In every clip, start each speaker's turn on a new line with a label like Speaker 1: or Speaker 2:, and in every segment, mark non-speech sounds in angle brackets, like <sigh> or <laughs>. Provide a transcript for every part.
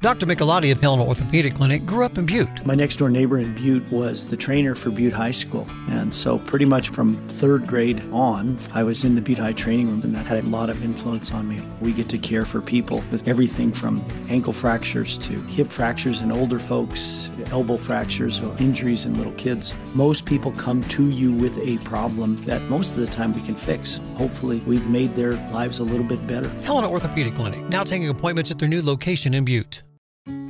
Speaker 1: Dr. Michelotti of Helen Orthopedic Clinic grew up in Butte.
Speaker 2: My next door neighbor in Butte was the trainer for Butte High School. And so, pretty much from third grade on, I was in the Butte High training room, and that had a lot of influence on me. We get to care for people with everything from ankle fractures to hip fractures in older folks, elbow fractures, or injuries in little kids. Most people come to you with a problem that most of the time we can fix. Hopefully, we've made their lives a little bit better.
Speaker 1: Helen Orthopedic Clinic now taking appointments at their new location in Butte.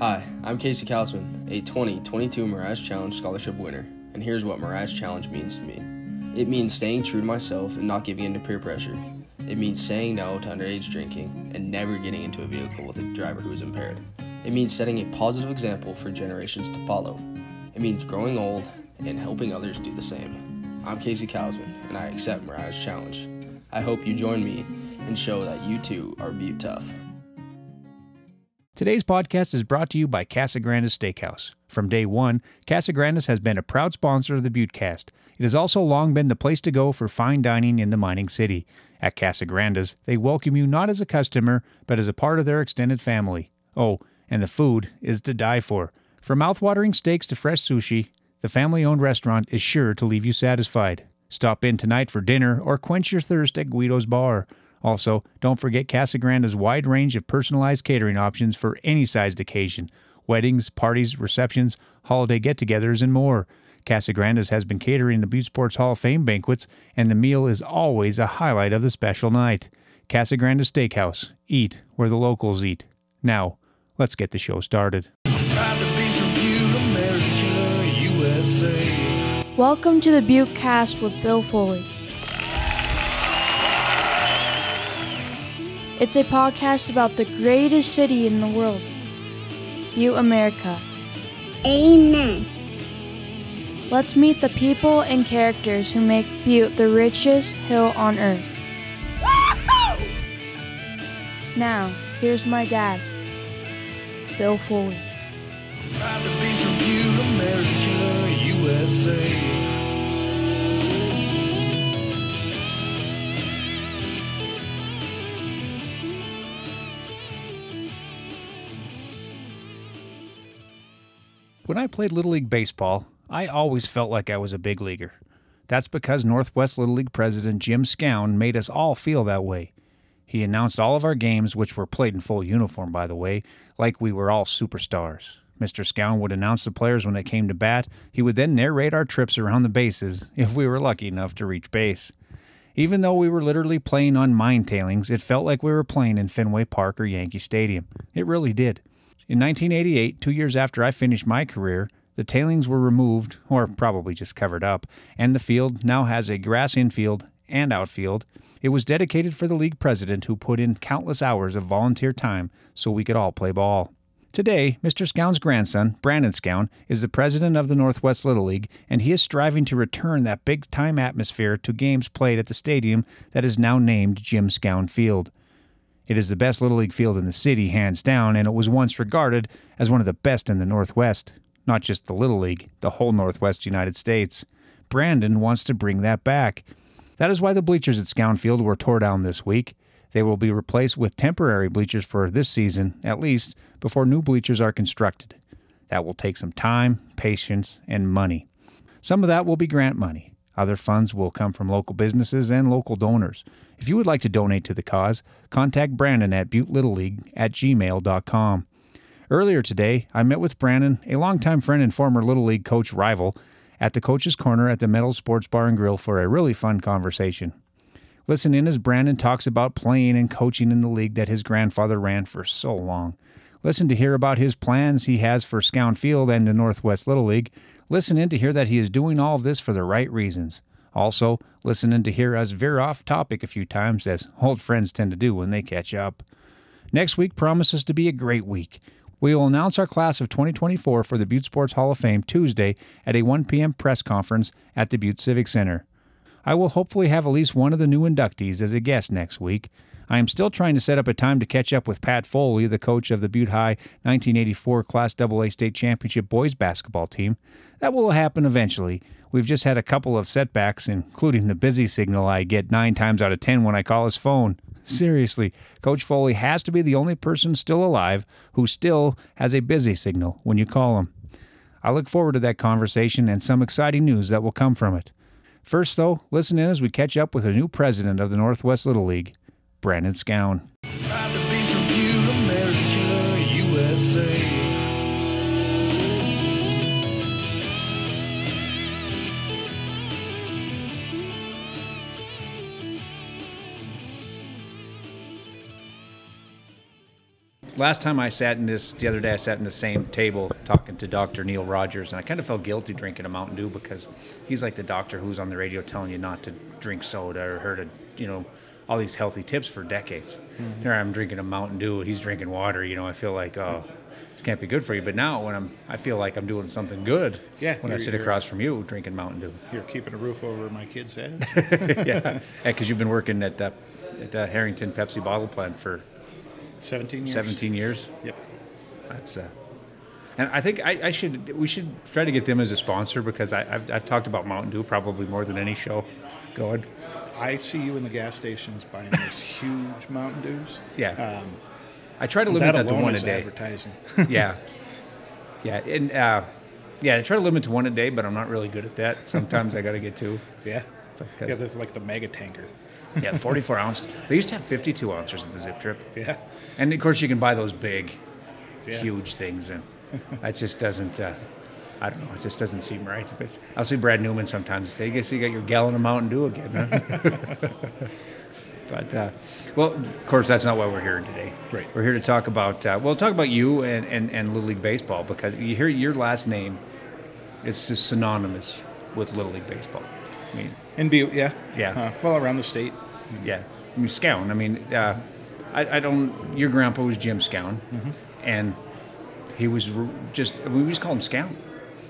Speaker 3: Hi, I'm Casey Kalsman, a 2022 Mirage Challenge Scholarship winner, and here's what Mirage Challenge means to me. It means staying true to myself and not giving in to peer pressure. It means saying no to underage drinking and never getting into a vehicle with a driver who is impaired. It means setting a positive example for generations to follow. It means growing old and helping others do the same. I'm Casey Kalsman, and I accept Mirage Challenge. I hope you join me and show that you too are Butte Tough.
Speaker 4: Today's podcast is brought to you by Casa Grandes Steakhouse. From day one, Casa Grandes has been a proud sponsor of the Buttecast. It has also long been the place to go for fine dining in the mining city. At Casa Grandes, they welcome you not as a customer, but as a part of their extended family. Oh, and the food is to die for. From mouthwatering steaks to fresh sushi, the family owned restaurant is sure to leave you satisfied. Stop in tonight for dinner or quench your thirst at Guido's Bar. Also, don't forget Casa Grande's wide range of personalized catering options for any sized occasion weddings, parties, receptions, holiday get togethers, and more. Casa Grande's has been catering the Butte Sports Hall of Fame banquets, and the meal is always a highlight of the special night. Casa Grande's Steakhouse. Eat where the locals eat. Now, let's get the show started.
Speaker 5: Welcome to the Butte Cast with Bill Foley. It's a podcast about the greatest city in the world, Butte, America.
Speaker 6: Amen.
Speaker 5: Let's meet the people and characters who make Butte the richest hill on earth. Now, here's my dad, Bill Foley.
Speaker 4: When I played Little League Baseball, I always felt like I was a big leaguer. That's because Northwest Little League president Jim Scown made us all feel that way. He announced all of our games, which were played in full uniform, by the way, like we were all superstars. Mr. Scown would announce the players when it came to bat. He would then narrate our trips around the bases if we were lucky enough to reach base. Even though we were literally playing on mine tailings, it felt like we were playing in Fenway Park or Yankee Stadium. It really did. In 1988, two years after I finished my career, the tailings were removed, or probably just covered up, and the field now has a grass infield and outfield. It was dedicated for the league president who put in countless hours of volunteer time so we could all play ball. Today, Mr. Scown's grandson, Brandon Scown, is the president of the Northwest Little League, and he is striving to return that big time atmosphere to games played at the stadium that is now named Jim Scown Field. It is the best Little League field in the city, hands down, and it was once regarded as one of the best in the Northwest. Not just the Little League, the whole Northwest United States. Brandon wants to bring that back. That is why the bleachers at Scown Field were tore down this week. They will be replaced with temporary bleachers for this season, at least, before new bleachers are constructed. That will take some time, patience, and money. Some of that will be grant money. Other funds will come from local businesses and local donors. If you would like to donate to the cause, contact Brandon at buttelittleleague at gmail.com. Earlier today, I met with Brandon, a longtime friend and former Little League coach rival, at the Coach's Corner at the Metal Sports Bar and Grill for a really fun conversation. Listen in as Brandon talks about playing and coaching in the league that his grandfather ran for so long. Listen to hear about his plans he has for Scown Field and the Northwest Little League. Listen in to hear that he is doing all of this for the right reasons. Also, listen in to hear us veer off topic a few times, as old friends tend to do when they catch up. Next week promises to be a great week. We will announce our class of 2024 for the Butte Sports Hall of Fame Tuesday at a 1 p.m. press conference at the Butte Civic Center. I will hopefully have at least one of the new inductees as a guest next week. I am still trying to set up a time to catch up with Pat Foley, the coach of the Butte High 1984 Class AA State Championship boys basketball team. That will happen eventually. We've just had a couple of setbacks, including the busy signal I get nine times out of ten when I call his phone. <laughs> Seriously, Coach Foley has to be the only person still alive who still has a busy signal when you call him. I look forward to that conversation and some exciting news that will come from it. First, though, listen in as we catch up with the new president of the Northwest Little League, Brandon Scown.
Speaker 7: Proud to be from you, America, USA.
Speaker 4: Last time I sat in this, the other day, I sat in the same table talking to Dr. Neil Rogers, and I kind of felt guilty drinking a Mountain Dew because he's like the doctor who's on the radio telling you not to drink soda or her to, you know, all these healthy tips for decades.
Speaker 8: Mm-hmm.
Speaker 4: Here I'm drinking a Mountain Dew, he's drinking water. You know, I feel like, oh, this can't be good for you. But now when I'm, I feel like I'm doing something good.
Speaker 8: Yeah,
Speaker 4: When I
Speaker 8: you're-
Speaker 4: sit
Speaker 8: you're-
Speaker 4: across from you drinking Mountain Dew.
Speaker 8: You're keeping a roof over my kid's
Speaker 4: <laughs>
Speaker 8: head.
Speaker 4: yeah, because you've been working at that at that Harrington Pepsi bottle plant for
Speaker 8: 17 years.
Speaker 4: 17 years.
Speaker 8: Yep.
Speaker 4: That's uh, and I think I, I should we should try to get them as a sponsor because I, I've I've talked about Mountain Dew probably more than any show going.
Speaker 8: I see you in the gas stations buying those huge Mountain Dews.
Speaker 4: Yeah.
Speaker 8: Um,
Speaker 4: I try to limit
Speaker 8: that
Speaker 4: that, to
Speaker 8: alone
Speaker 4: one a
Speaker 8: is
Speaker 4: day.
Speaker 8: advertising.
Speaker 4: <laughs> yeah, yeah, and uh, yeah, I try to limit to one a day, but I'm not really good at that. Sometimes I got to get two.
Speaker 8: <laughs> yeah.
Speaker 4: Because-
Speaker 8: Yeah, that's like the mega tanker.
Speaker 4: Yeah, 44 ounces. They used to have 52 ounces at the Zip Trip.
Speaker 8: Yeah.
Speaker 4: And of course, you can buy those big,
Speaker 8: Yeah.
Speaker 4: huge things, and that just doesn't. Uh, I don't know. It just doesn't seem right. But I'll see Brad Newman sometimes and say, "I guess you got your gallon of Mountain Dew again." Huh? <laughs> but uh, well, of course, that's not why we're here today.
Speaker 8: Right.
Speaker 4: We're here to talk about uh, well, talk about you and, and and Little League baseball because you hear your last name, it's just synonymous with Little League baseball. I mean,
Speaker 8: In Butte, yeah.
Speaker 4: Yeah.
Speaker 8: Uh, well, around the state.
Speaker 4: Mm-hmm. yeah, I mean, Scown. I mean, uh, I, I don't. Your grandpa was Jim Scown,
Speaker 8: Mm-hmm.
Speaker 4: and he was r- just we just called him Scown.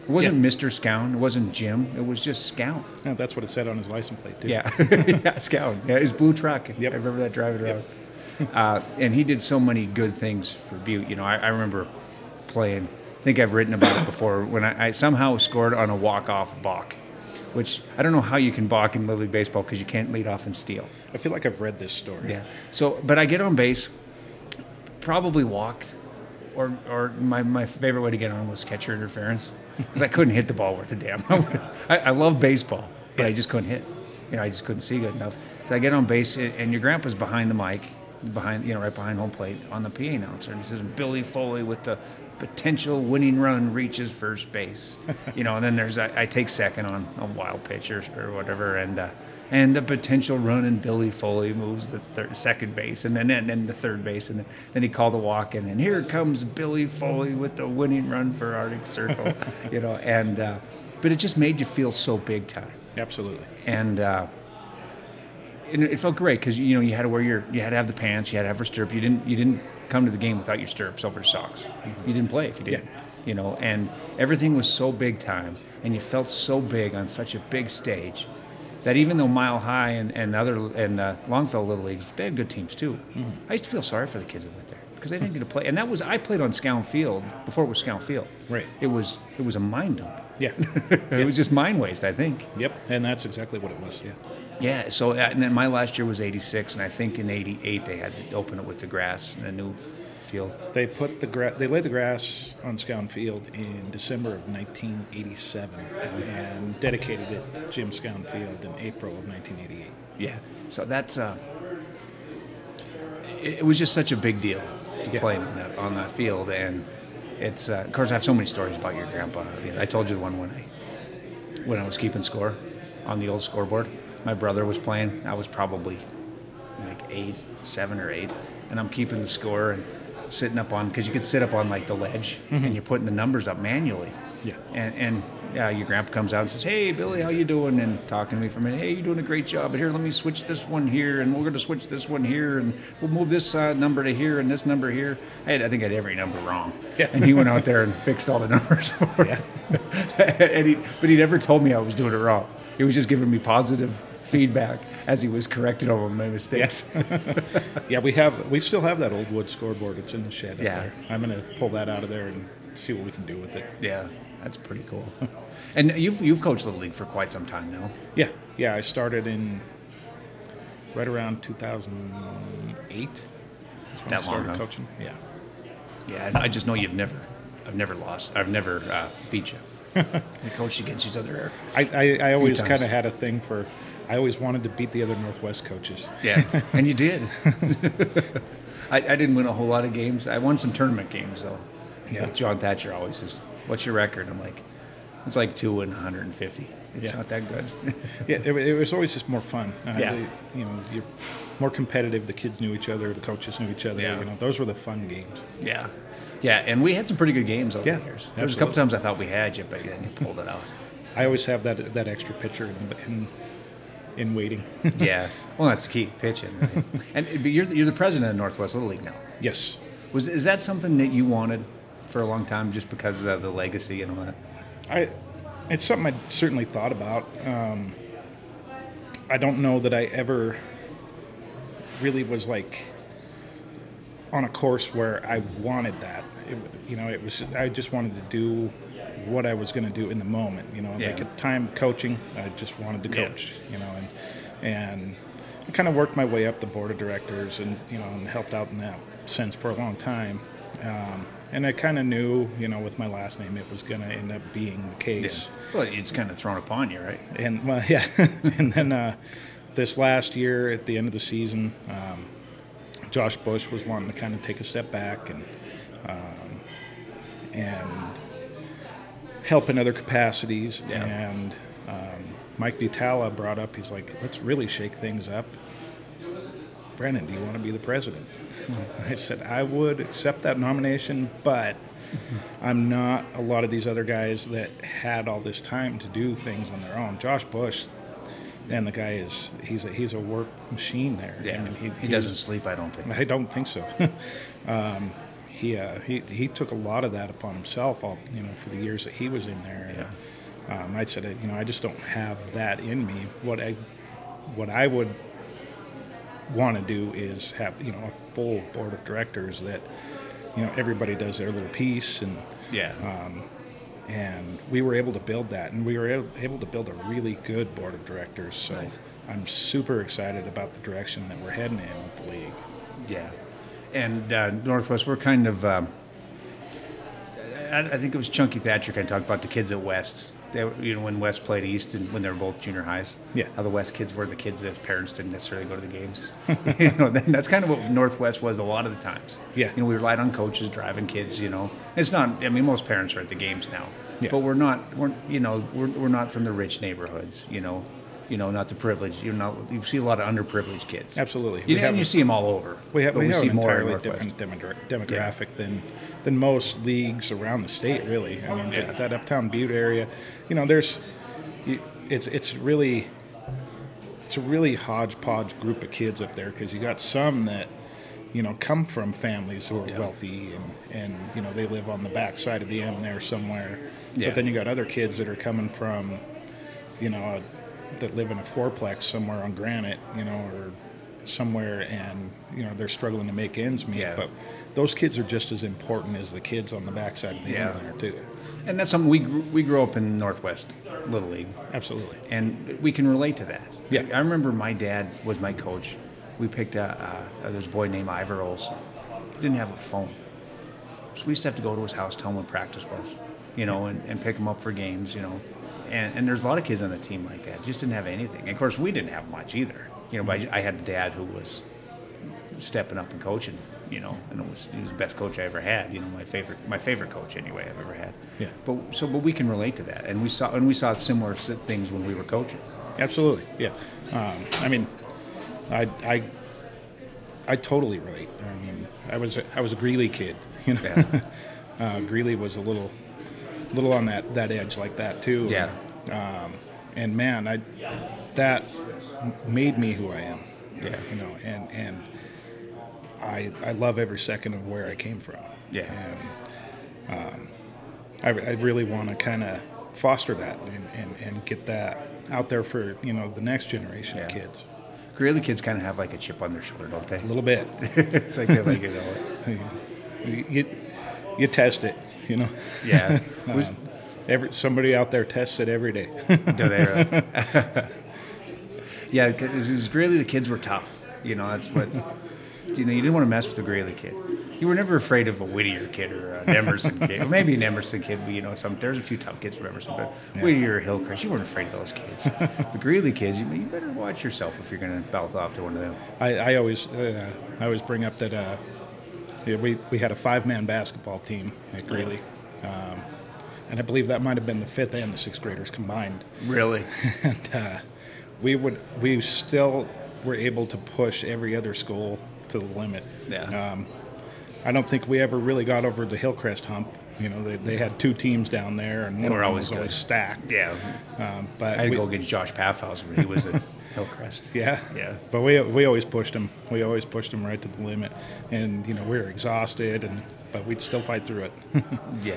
Speaker 4: It wasn't Mister Scown. It wasn't Jim. It was just Scown.
Speaker 8: Yeah, that's what it said on his license plate, too.
Speaker 4: Yeah, yeah, Scown. Yeah, his blue truck.
Speaker 8: Yep.
Speaker 4: I remember that driving around. <laughs> Uh, and he did so many good things for Butte. You know, I, I remember playing. I think I've written about it before. When I, I somehow scored on a walk-off balk, which I don't know how you can balk in Little League baseball because you can't lead off and steal.
Speaker 8: I feel like I've read this story.
Speaker 4: Yeah. So, but I get on base, probably walked, or or my, my favorite way to get on was catcher interference because I couldn't hit the ball worth a damn. <laughs> I, I love baseball, but I just couldn't hit. You know, I just couldn't see good enough. So I get on base, and and your grandpa's behind the mic, behind you know, right behind home plate on the PA announcer, and he says Billy Foley with the potential winning run reaches first base. you know, and then there's I, I take second on a wild pitch or, or whatever, and. Uh, and the potential run and Billy Foley moves the third, second base and then and then the third base and then, then he called a walk in and here comes Billy Foley with the winning run for Arctic Circle, you know and uh, but it just made you feel so big time
Speaker 8: Absolutely.
Speaker 4: and uh, and it felt great because you know you had to wear your you had to have the pants you had to have your stirrup you didn't you didn't come to the game without your stirrups over socks you didn't play if you didn't
Speaker 8: Mm-hmm. Yeah.
Speaker 4: you know and everything was so big time and you felt so big on such a big stage that even though Mile High and, and other and uh, Longfellow Little Leagues they had good teams too
Speaker 8: Mm.
Speaker 4: I used to feel sorry for the kids that went there because they didn't get to play and that was I played on Scown Field before it was Scown Field
Speaker 8: Right.
Speaker 4: it was it was a mind dump
Speaker 8: Yeah.
Speaker 4: <laughs> it was just mind waste I think
Speaker 8: yep. And that's exactly what it was. Yeah.
Speaker 4: yeah, so uh, and then my last year was '86, and I think in '88 they had to open it with the grass and a new field.
Speaker 8: They put the gra- they laid the grass on Scown Field in December of 1987 and dedicated it to Jim Scown Field in April of 1988.
Speaker 4: Yeah, so that's uh, it, it was just such a big deal to
Speaker 8: Yeah.
Speaker 4: play on that on that field, and it's uh, of course I have so many stories about your grandpa. I, mean, I told you the one when I when I was keeping score on the old scoreboard. My brother was playing. I was probably like eight, seven or eight, and I'm keeping the score and sitting up on because you could sit up on like the ledge and you're putting the numbers up manually.
Speaker 8: Yeah.
Speaker 4: And and yeah, your grandpa comes out and says, "Hey, Billy, how you doing?" And talking to me for a minute. Hey, you're doing a great job. But here, let me switch this one here, and we're going to switch this one here, and we'll move this uh, number to here and this number here. I, had, I think I had every number wrong.
Speaker 8: Yeah.
Speaker 4: And he went out there and fixed <laughs> all the numbers. For me. <laughs> and he, but he never told me I was doing it wrong. He was just giving me positive feedback as he was correcting all of my mistakes.
Speaker 8: <laughs>
Speaker 4: <laughs>
Speaker 8: Yeah, we have we still have that old wood scoreboard. It's in the shed.
Speaker 4: Yeah.
Speaker 8: Up there. I'm gonna pull that out of there and see what we can do with it.
Speaker 4: Yeah, that's pretty
Speaker 8: <laughs>
Speaker 4: cool. and you've you've coached the league for quite some time now.
Speaker 8: Yeah, yeah. I started in right around 2008. That's when
Speaker 4: That
Speaker 8: I
Speaker 4: long
Speaker 8: started
Speaker 4: ago.
Speaker 8: coaching. Yeah.
Speaker 4: Yeah, I just know you've never, I've never lost. I've never uh, beat you. we coached against each other.
Speaker 8: I, I, I always
Speaker 4: times.
Speaker 8: kind of had a thing for, I always wanted to beat the other Northwest coaches.
Speaker 4: Yeah,
Speaker 8: <laughs>
Speaker 4: and you did. I, I didn't win a whole lot of games. I won some tournament games though.
Speaker 8: Yeah.
Speaker 4: Like John Thatcher always says, "What's your record?" I'm like, "It's like two and 150. It's
Speaker 8: Yeah.
Speaker 4: not that good." <laughs>
Speaker 8: Yeah, it, it was always just more fun. Uh,
Speaker 4: Yeah.
Speaker 8: they- you know, you're more competitive. The kids knew each other. The coaches knew each other.
Speaker 4: Yeah.
Speaker 8: You know, those were the fun games.
Speaker 4: yeah, yeah, and we had some pretty good games over
Speaker 8: Yeah,
Speaker 4: the years. There was a couple times I thought we had you, but then you pulled
Speaker 8: <laughs>
Speaker 4: it out.
Speaker 8: I always have that that extra pitcher in, in, in waiting. <laughs>
Speaker 4: yeah, <laughs> well, that's key pitching. Right? and but you're you're the president of the Northwest Little League now.
Speaker 8: yes.
Speaker 4: Was is that something that you wanted for a long time, just because of the legacy and all that?
Speaker 8: I, it's something I certainly thought about. Um, I don't know that I ever really was like on a course where I wanted that. It, you know, it was I just wanted to do what I was going to do in the moment. You know,
Speaker 4: Yeah.
Speaker 8: like at the time coaching, I just wanted to
Speaker 4: Yeah.
Speaker 8: coach. You know, and and I kind of worked my way up the board of directors, and you know, and helped out in that sense for a long time. Um, and I kind of knew, you know, with my last name, it was going to end up being the case
Speaker 4: Well, it's kind of thrown upon you, right?
Speaker 8: and well, <laughs> yeah, and then uh, this last year at the end of the season, um, Josh Bush was wanting to kind of take a step back and um, and help in other capacities.
Speaker 4: Yeah.
Speaker 8: And um, Mike Butala brought up, he's like, let's really shake things up. Brennan, do you want to be the president? I said, I would accept that nomination, but I'm not a lot of these other guys that had all this time to do things on their own. Josh Bush, and the guy is he's a he's a work machine there. I
Speaker 4: Yeah,
Speaker 8: mean,
Speaker 4: he, doesn't sleep, I don't think.
Speaker 8: I don't think so. <laughs> um, he, uh, he he took a lot of that upon himself. All you know, for the years that he was in there. And, um, I said, you know, I just don't have that in me. What I what I would want to do is have you know a full board of directors that you know everybody does their little piece and um,
Speaker 4: Yeah,
Speaker 8: and we were able to build that and we were able- able to build a really good board of directors so
Speaker 4: Nice.
Speaker 8: i'm super excited about the direction that we're heading in with the league
Speaker 4: yeah. And uh, Northwest, we're kind of. Um, I, I think it was Chunky Thatcher kind of talked about the kids at West. They, were- you know, when West played East and when they were both junior highs.
Speaker 8: Yeah.
Speaker 4: How the West kids were the kids that parents didn't necessarily go to the games. <laughs> you know, that, that's kind of what Northwest was a lot of the times.
Speaker 8: Yeah.
Speaker 4: You know, we relied on coaches driving kids. You know, it's not. I mean, most parents are at the games now.
Speaker 8: Yeah.
Speaker 4: But we're not. We're you know we're, we're not from the rich neighborhoods. You know. You know, not the privileged. You know, you see a lot of underprivileged kids.
Speaker 8: Absolutely.
Speaker 4: You
Speaker 8: We
Speaker 4: know,
Speaker 8: have
Speaker 4: and
Speaker 8: a-
Speaker 4: you see them all over.
Speaker 8: we have,
Speaker 4: but
Speaker 8: we have
Speaker 4: see
Speaker 8: an
Speaker 4: more in
Speaker 8: entirely
Speaker 4: Northwest.
Speaker 8: different demogra- demographic than than most leagues around the state really i mean that, that uptown butte area you know there's you- it's it's really it's a really hodgepodge group of kids up there because you got some that you know come from families who are wealthy and and you know they live on the back side of the M there somewhere
Speaker 4: Yeah.
Speaker 8: but then you got other kids that are coming from you know a, that live in a fourplex somewhere on granite you know or somewhere and you know they're struggling to make ends meet
Speaker 4: Yeah.
Speaker 8: but those kids are just as important as the kids on the backside of the
Speaker 4: Yeah.
Speaker 8: M there too
Speaker 4: And that's something we grew, we grew up in Northwest Little League,
Speaker 8: absolutely
Speaker 4: and we can relate to that.
Speaker 8: Yeah.
Speaker 4: I remember my dad was my coach. We picked a, uh, this boy named Ivor Olson. He didn't have a phone, so we used to have to go to his house, tell him what practice was, you know, and, and pick him up for games, you know. And, and there's a lot of kids on the team like that. Just didn't have anything. And of course, we didn't have much either. You know, but
Speaker 8: Mm-hmm.
Speaker 4: I, I had a dad who was stepping up and coaching, you know, and it was he was the best coach I ever had, you know, my favorite my favorite coach anyway I've ever had.
Speaker 8: Yeah.
Speaker 4: But so but we can relate to that, and we saw and we saw similar s- things when we were coaching.
Speaker 8: Absolutely, yeah. Um, I mean, I, I, I totally relate. I mean, I was I was a Greeley kid, <laughs> you know.
Speaker 4: Yeah.
Speaker 8: uh, Greeley was a little, little on that that edge like that too.
Speaker 4: Yeah.
Speaker 8: Um, and man, I that m- made me who I am. Yeah. You know, and and I I love every second of where I came from.
Speaker 4: Yeah.
Speaker 8: And, I, I really want to kind of foster that and, and, and get that out there for you know the next generation of
Speaker 4: Yeah.
Speaker 8: kids
Speaker 4: Greeley kids kind of have like a chip on their shoulder, don't they?
Speaker 8: a little bit
Speaker 4: <laughs> it's like they like you know.
Speaker 8: <laughs> you, you, you test it you know <laughs>
Speaker 4: Yeah. Was-
Speaker 8: Um,
Speaker 4: <laughs>
Speaker 8: every somebody out there tests it every day <laughs>
Speaker 4: do they? really? yeah, because Israeli, the kids were tough. You know, that's what. you know, you didn't want to mess with the Greeley kid. You were never afraid of a Whittier kid or an Emerson kid, or maybe an Emerson kid. but, You know, some there's a few tough kids from Emerson, but Whittier or Hillcrest, you weren't afraid of those kids. the Greeley kids, you, you better watch yourself if you're going to mouth off to one of them.
Speaker 8: I, I always uh, I always bring up that uh, yeah, we we had a five man basketball team at Greeley, um, and I believe that might have been the fifth and the sixth graders combined.
Speaker 4: Really?
Speaker 8: <laughs> And uh, we would we still were able to push every other school to the limit.
Speaker 4: Yeah.
Speaker 8: Um, I don't think we ever really got over the Hillcrest hump. You know, they, they had two teams down there, and one
Speaker 4: were
Speaker 8: of them
Speaker 4: always
Speaker 8: was always
Speaker 4: good.
Speaker 8: stacked.
Speaker 4: Yeah.
Speaker 8: Um, but
Speaker 4: I had to
Speaker 8: we-
Speaker 4: go against Josh Paffhouse when he was at <laughs> Hillcrest.
Speaker 8: yeah,
Speaker 4: Yeah.
Speaker 8: But we we always pushed them. We always pushed them right to the limit, and you know we were exhausted, and but we'd still fight through it. <laughs>
Speaker 4: Yeah.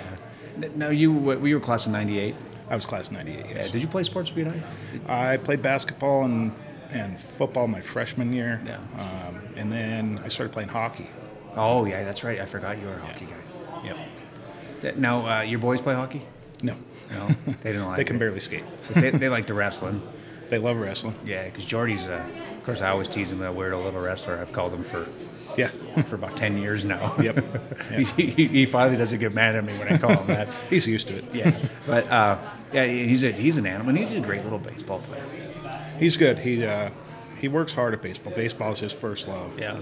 Speaker 4: N- Now you were you were class of '98.
Speaker 8: I was class '98.
Speaker 4: Yeah.
Speaker 8: Yes.
Speaker 4: Did you play sports at BNI?
Speaker 8: I played basketball and and football my freshman year.
Speaker 4: Yeah.
Speaker 8: Um, and then I started playing hockey.
Speaker 4: Oh yeah, that's right. I forgot you were a hockey guy.
Speaker 8: Yep.
Speaker 4: Th- Now uh, your boys play hockey?
Speaker 8: No, <laughs>
Speaker 4: No, they didn't like.
Speaker 8: they can
Speaker 4: it.
Speaker 8: barely skate.
Speaker 4: But they, they like the wrestling.
Speaker 8: <laughs> They love wrestling.
Speaker 4: Yeah, because Jordy's. Uh, of course, I always tease him. A weirdo little wrestler. I've called him for
Speaker 8: Yeah.
Speaker 4: <laughs> for about ten years now.
Speaker 8: <laughs> Yep.
Speaker 4: <laughs> he, he, he finally doesn't get mad at me when I call him that.
Speaker 8: <laughs> He's used to it.
Speaker 4: Yeah, but uh, yeah, he's a he's an animal. and He's a great little baseball player.
Speaker 8: He's good. He uh, he works hard at baseball. Baseball is his first love.
Speaker 4: Yeah.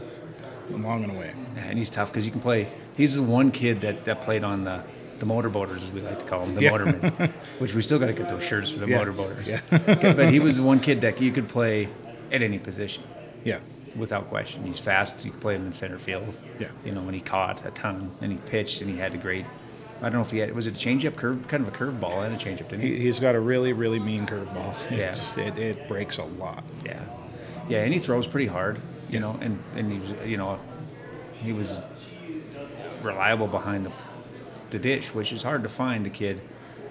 Speaker 8: Long and away.
Speaker 4: And he's tough because he can play. He's the one kid that, that played on the, the motorboaters, as we like to call them, the
Speaker 8: Yeah.
Speaker 4: motormen,
Speaker 8: <laughs>
Speaker 4: which we still got to get those shirts for the
Speaker 8: Yeah.
Speaker 4: motorboaters.
Speaker 8: Yeah.
Speaker 4: <laughs> but he was the one kid that you could play at any position
Speaker 8: Yeah.
Speaker 4: without question. He's fast. You could play him in center field.
Speaker 8: Yeah.
Speaker 4: You know, when he caught a ton and he pitched and he had a great, I don't know if he had, was it a changeup curve, kind of a curveball and a changeup, didn't he?
Speaker 8: He, he's got a really really mean curveball. <laughs>
Speaker 4: Yeah.
Speaker 8: It's- It, it breaks a lot.
Speaker 4: Yeah, yeah, and he throws pretty hard, you
Speaker 8: Yeah.
Speaker 4: know, and and he was, you know, he was reliable behind the the dish, which is hard to find a kid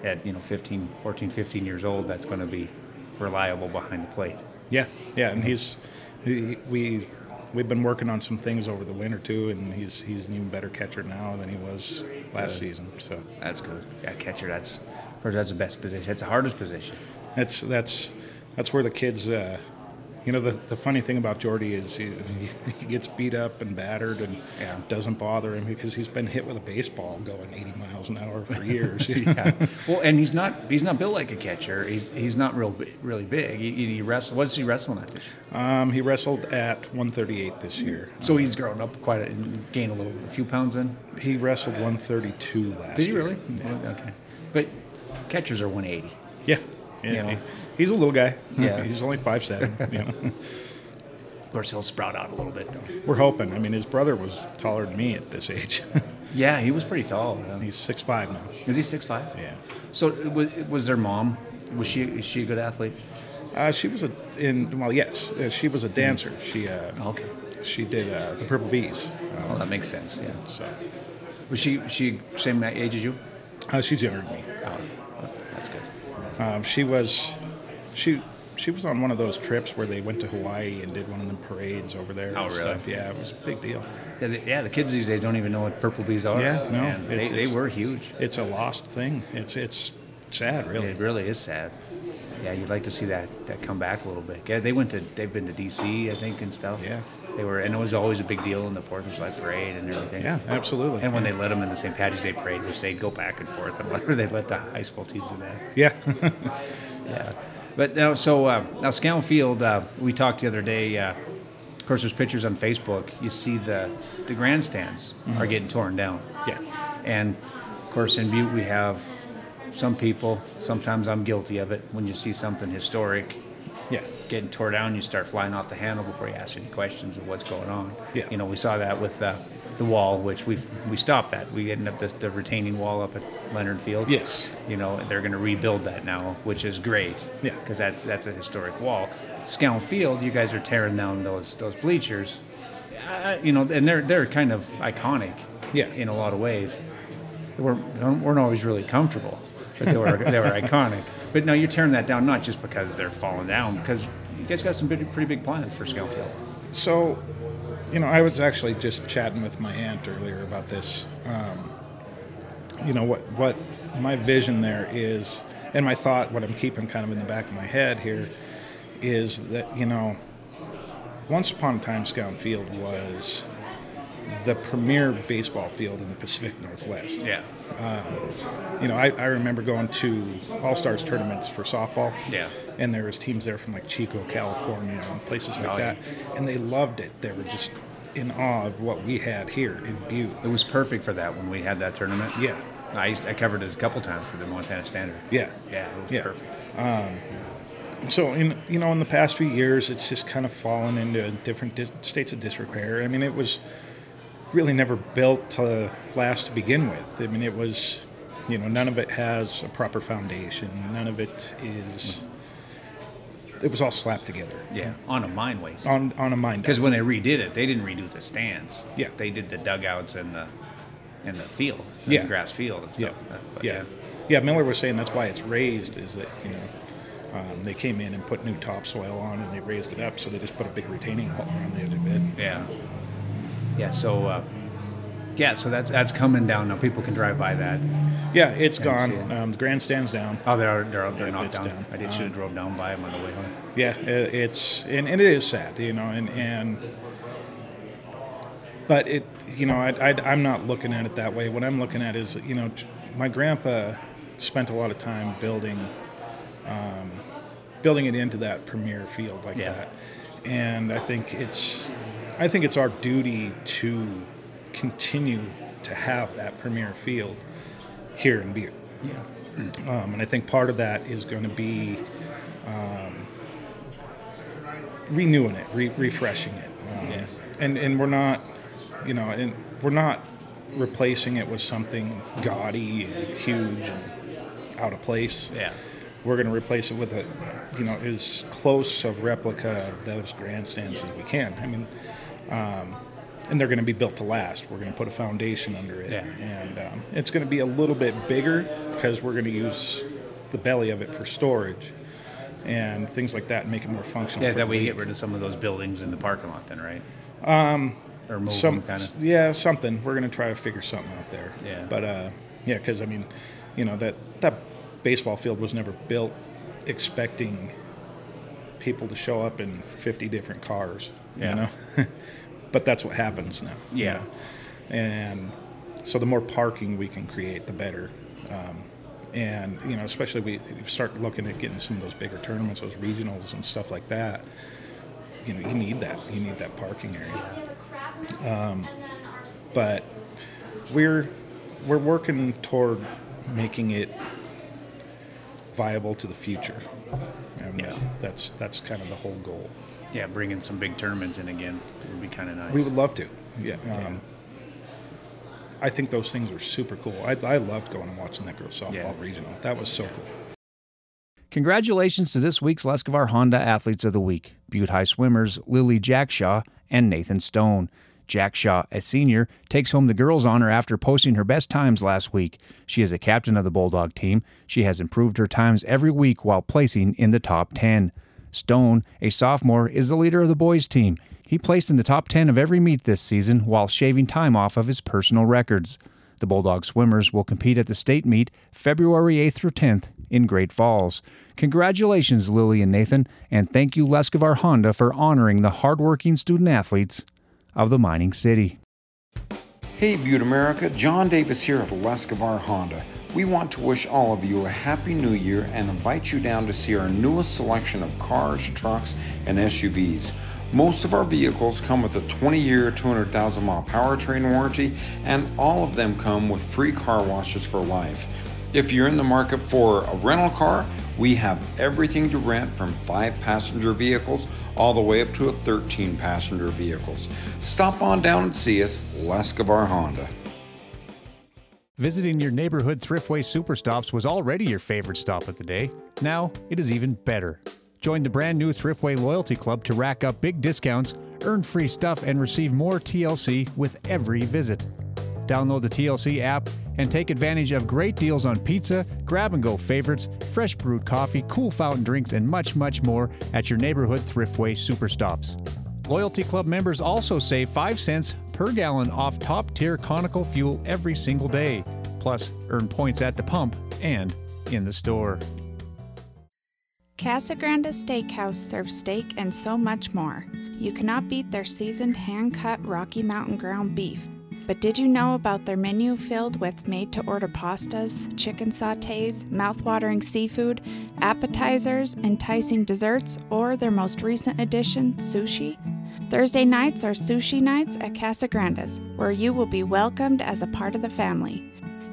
Speaker 4: at you know 15, 14, 15 years old that's going to be reliable behind the plate.
Speaker 8: Yeah, yeah, and he's he, we we've been working on some things over the winter too, and he's he's an even better catcher now than he was last season. So
Speaker 4: That's good. Yeah, catcher. That's of course that's the best position. That's the hardest position.
Speaker 8: that's that's that's where the kids. Uh, you know the, the funny thing about Jordy is he, <laughs> he gets beat up and battered and
Speaker 4: Yeah.
Speaker 8: doesn't bother him because he's been hit with a baseball going 80 miles an hour
Speaker 4: <laughs>
Speaker 8: for years.
Speaker 4: Yeah. well, and he's not he's not built like a catcher. He's he's not real bi- really big. He, he wrestle. What is he wrestling at this year?
Speaker 8: um, he wrestled at 138 this year. Uh-huh.
Speaker 4: So he's grown up quite a gained a little a few pounds in.
Speaker 8: He wrestled 132 last.
Speaker 4: Did you
Speaker 8: year.
Speaker 4: really? Okay. But catchers are 180.
Speaker 8: Yeah. Yeah,
Speaker 4: You know.
Speaker 8: he- he's a little guy.
Speaker 4: Yeah.
Speaker 8: <laughs> he's only five seven. You know. <laughs>
Speaker 4: Of course, he'll sprout out a little bit, though.
Speaker 8: We're hoping. I mean, his brother was taller than me at this age. <laughs>
Speaker 4: Yeah, he was pretty tall. man.
Speaker 8: He's six five now.
Speaker 4: Is he 6'5?
Speaker 8: Yeah.
Speaker 4: So was, was their mom, was she is she a good athlete?
Speaker 8: Uh, she was a in well, yes, uh, she was a dancer. She uh,
Speaker 4: Oh, Okay.
Speaker 8: she did uh, the Purple Bees.
Speaker 4: Well,
Speaker 8: Um,
Speaker 4: that makes sense, yeah.
Speaker 8: so
Speaker 4: Was she she same age as you?
Speaker 8: uh, she's younger than me.
Speaker 4: Oh, that's good.
Speaker 8: Um, she was she she was on one of those trips where they went to Hawaii and did one of the parades over there.
Speaker 4: Oh,
Speaker 8: and
Speaker 4: really?
Speaker 8: Stuff. Yeah, it was a big deal.
Speaker 4: Yeah the, yeah, the kids these days don't even know what purple bees are.
Speaker 8: Yeah, no,
Speaker 4: Man, they,
Speaker 8: it's-
Speaker 4: they
Speaker 8: it's-
Speaker 4: were huge.
Speaker 8: It's a lost thing. It's it's sad, really.
Speaker 4: It really is sad. Yeah, you'd like to see that that come back a little bit. Yeah, they went to they've been to DC, I think, and stuff.
Speaker 8: Yeah.
Speaker 4: they were, and it was always a big deal in the Fourth of July parade and everything.
Speaker 8: Yeah, absolutely.
Speaker 4: And when they let them in the St. Patty's Day parade, which they go back and forth, and whether they let the high school teams in that.
Speaker 8: yeah,
Speaker 4: <laughs> Yeah, but now so uh, now Scown Field, uh, we talked the other day. Uh, of course, there's pictures on Facebook. You see the the grandstands are getting torn down.
Speaker 8: yeah.
Speaker 4: And of course, in Butte, we have some people, sometimes I'm guilty of it, when you see something historic
Speaker 8: Yeah.
Speaker 4: getting tore down, you start flying off the handle before you ask any questions of what's going on.
Speaker 8: Yeah.
Speaker 4: You know, we saw that with uh, the wall, which we we stopped that. We ended up this, the retaining wall up at Leonard Field.
Speaker 8: Yes.
Speaker 4: You know, they're going to rebuild that now, which is great.
Speaker 8: Yeah.
Speaker 4: Because that's that's a historic wall. Scown Field, you guys are tearing down those those bleachers. Uh, you know, and they're they're kind of iconic.
Speaker 8: Yeah.
Speaker 4: In a lot of ways they weren't, they weren't always really comfortable, but they
Speaker 2: <laughs>
Speaker 4: were they
Speaker 8: <laughs>
Speaker 4: were iconic. But no, you're tearing that down not just because they're falling down, because you guys got some pretty, pretty big plans for Scoundfield.
Speaker 8: So, you know, I was actually just chatting with my aunt earlier about this. Um, you know what what my vision there is, and my thought, what I'm keeping kind of in the back of my head here, is that, you know, once upon a time, Scout Field was the premier baseball field in the Pacific Northwest. Um,
Speaker 9: Yeah.
Speaker 8: You know, I, I remember going to All Stars tournaments for softball.
Speaker 9: Yeah.
Speaker 8: And there was teams there from like Chico, California, and places like
Speaker 9: Oh, yeah.
Speaker 8: that, and they loved it. They were just in awe of what we had here in Butte.
Speaker 9: It was perfect for that when we had that tournament.
Speaker 8: Yeah.
Speaker 9: I, used, I covered it a couple times for the Montana Standard.
Speaker 8: Yeah.
Speaker 9: Yeah, it was
Speaker 8: Yeah. Um,
Speaker 9: perfect.
Speaker 8: So in you know in the past few years, it's just kind of fallen into different dis- states of disrepair. I mean, it was really never built to last to begin with. I mean, it was you know none of it has a proper foundation. None of it is. It was all slapped together
Speaker 9: Yeah, on a mine waste.
Speaker 8: on on a mind.
Speaker 9: Because when they redid it, they didn't redo the stands.
Speaker 8: Yeah.
Speaker 9: They did the dugouts and the and the field, and
Speaker 8: Yeah.
Speaker 9: the grass field and
Speaker 8: Yeah.
Speaker 9: stuff. Uh, but
Speaker 8: yeah. Yeah, Miller was saying that's why it's raised, is that, you know, um, they came in and put new topsoil on and they raised it up, so they just put a big retaining wall around the edge of it.
Speaker 9: Yeah. Yeah. So. Uh, yeah. So that's that's coming down now. People can drive by that.
Speaker 8: Yeah, it's
Speaker 9: Didn't
Speaker 8: gone.
Speaker 9: see it.
Speaker 8: Um, the grandstand's down.
Speaker 9: Oh, they're they're, they're
Speaker 8: Yeah,
Speaker 9: knocked
Speaker 8: it's
Speaker 9: down.
Speaker 8: down. Um,
Speaker 9: I did should have drove down by them on the way home.
Speaker 8: Yeah, i- it's, and, and it is sad, you know, and, and but it, you know, I, I, I'm not looking at it that way. What I'm looking at is, you know, t- my grandpa spent a lot of time building, um, building it into that premier field like
Speaker 9: Yeah.
Speaker 8: that, and I think it's, I think it's our duty to continue to have that premier field here in Butte. Yeah, um, and I think part of that is going to be um, renewing it, re- refreshing it, um, and and we're not you know, and we're not replacing it with something gaudy and huge and out of place.
Speaker 9: Yeah.
Speaker 8: We're going to replace it with a, you know, as close of replica of those grandstands as we can. I mean, um, and they're going to be built to last. We're going to put a foundation under it,
Speaker 9: Yeah.
Speaker 8: and um, it's going to be a little bit bigger because we're going to use the belly of it for storage and things like that, and make it more functional.
Speaker 9: Yeah.
Speaker 8: for
Speaker 9: That
Speaker 8: the
Speaker 9: way you
Speaker 8: league.
Speaker 9: get rid of some of those buildings in the parking lot, then, right? Um. Or move
Speaker 8: some
Speaker 9: kind of.
Speaker 8: yeah something we're gonna try to figure something out there
Speaker 9: Yeah.
Speaker 8: but uh yeah because i mean you know that that baseball field was never built expecting people to show up in 50 different cars
Speaker 9: Yeah.
Speaker 8: you know <laughs> but that's what happens now you
Speaker 9: Yeah.
Speaker 8: know? and so the more parking we can create the better um, and you know especially we we start looking at getting some of those bigger tournaments those regionals and stuff like that you know you need that you need that parking area Um, but we're we're working toward making it viable to the future. And
Speaker 9: Yeah.
Speaker 8: that's that's kind of the whole goal.
Speaker 9: Yeah, bringing some big tournaments in again would be kind of nice.
Speaker 8: We would love to. Yeah. Um, I think those things are super cool. I, I loved going and watching that girls softball
Speaker 9: Yeah.
Speaker 8: regional. That was so cool.
Speaker 4: Congratulations to this week's Lescavar Honda Athletes of the Week Butte High swimmers Lily Jackshaw and Nathan Stone. Jackshaw, a senior, takes home the girls' honor after posting her best times last week. She is a captain of the Bulldog team. She has improved her times every week while placing in the top 10. Stone, a sophomore, is the leader of the boys' team. He placed in the top 10 of every meet this season while shaving time off of his personal records. The Bulldog swimmers will compete at the state meet February 8th through 10th in Great Falls. Congratulations, Lily and Nathan, and thank you, Lescavar Honda, for honoring the hardworking student athletes of the mining city.
Speaker 10: Hey, Butte America, John Davis here at Lescavar Honda. We want to wish all of you a happy new year and invite you down to see our newest selection of cars, trucks, and SUVs. Most of our vehicles come with a 20 year, 200,000 mile powertrain warranty, and all of them come with free car washes for life. If you're in the market for a rental car, we have everything to rent from five passenger vehicles all the way up to a 13 passenger vehicles. Stop on down and see us, Lascavar Honda.
Speaker 4: Visiting your neighborhood Thriftway Superstops was already your favorite stop of the day. Now, it is even better. Join the brand new Thriftway Loyalty Club to rack up big discounts, earn free stuff, and receive more TLC with every visit. Download the TLC app and take advantage of great deals on pizza, grab and go favorites, fresh brewed coffee, cool fountain drinks, and much, much more at your neighborhood Thriftway Superstops. Loyalty Club members also save 5 cents per gallon off top tier conical fuel every single day, plus earn points at the pump and in the store.
Speaker 11: Casa Grande Steakhouse serves steak and so much more. You cannot beat their seasoned hand cut Rocky Mountain ground beef. But did you know about their menu filled with made to order pastas, chicken sautés, mouthwatering seafood, appetizers, enticing desserts, or their most recent addition, sushi? Thursday nights are sushi nights at Casa Grande's, where you will be welcomed as a part of the family.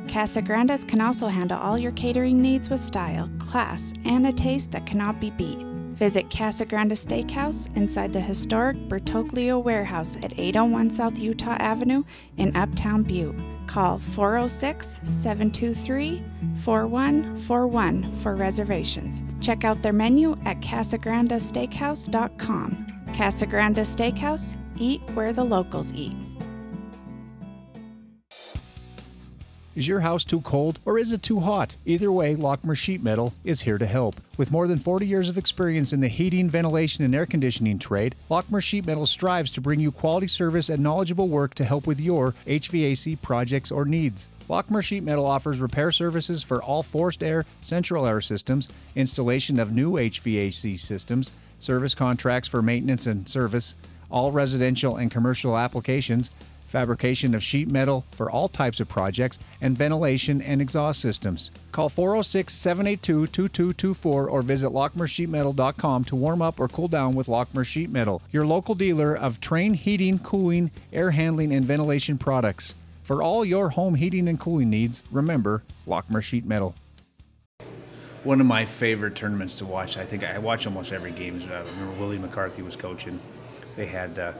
Speaker 11: Casa Grande's can also handle all your catering needs with style, class, and a taste that cannot be beat. Visit Casa Grande Steakhouse inside the historic Bertoglio Warehouse at 801 South Utah Avenue in Uptown Butte. Call 406 723 4141 for reservations. Check out their menu at casagrandesteakhouse.com. Casa Grande Steakhouse, eat where the locals eat.
Speaker 7: Is your house too cold or is it too hot? Either way, Lockmer Sheet Metal is here to help. With more than 40 years of experience in the heating, ventilation, and air conditioning trade, Lockmer Sheet Metal strives to bring you quality service and knowledgeable work to help with your HVAC projects or needs. Lockmer Sheet Metal offers repair services for all forced air, central air systems, installation of new HVAC systems, service contracts for maintenance and service, all residential and commercial applications, fabrication of sheet metal for all types of projects, and ventilation and exhaust systems. Call 406 782 2224 or visit LockmerSheetMetal.com to warm up or cool down with Lockmer Sheet Metal, your local dealer of train heating, cooling, air handling, and ventilation products. For all your home heating and cooling needs, remember Lockmer Sheet Metal.
Speaker 4: One of my favorite tournaments to watch, I think I watch almost every game. Uh, I remember Willie McCarthy was coaching. They had uh,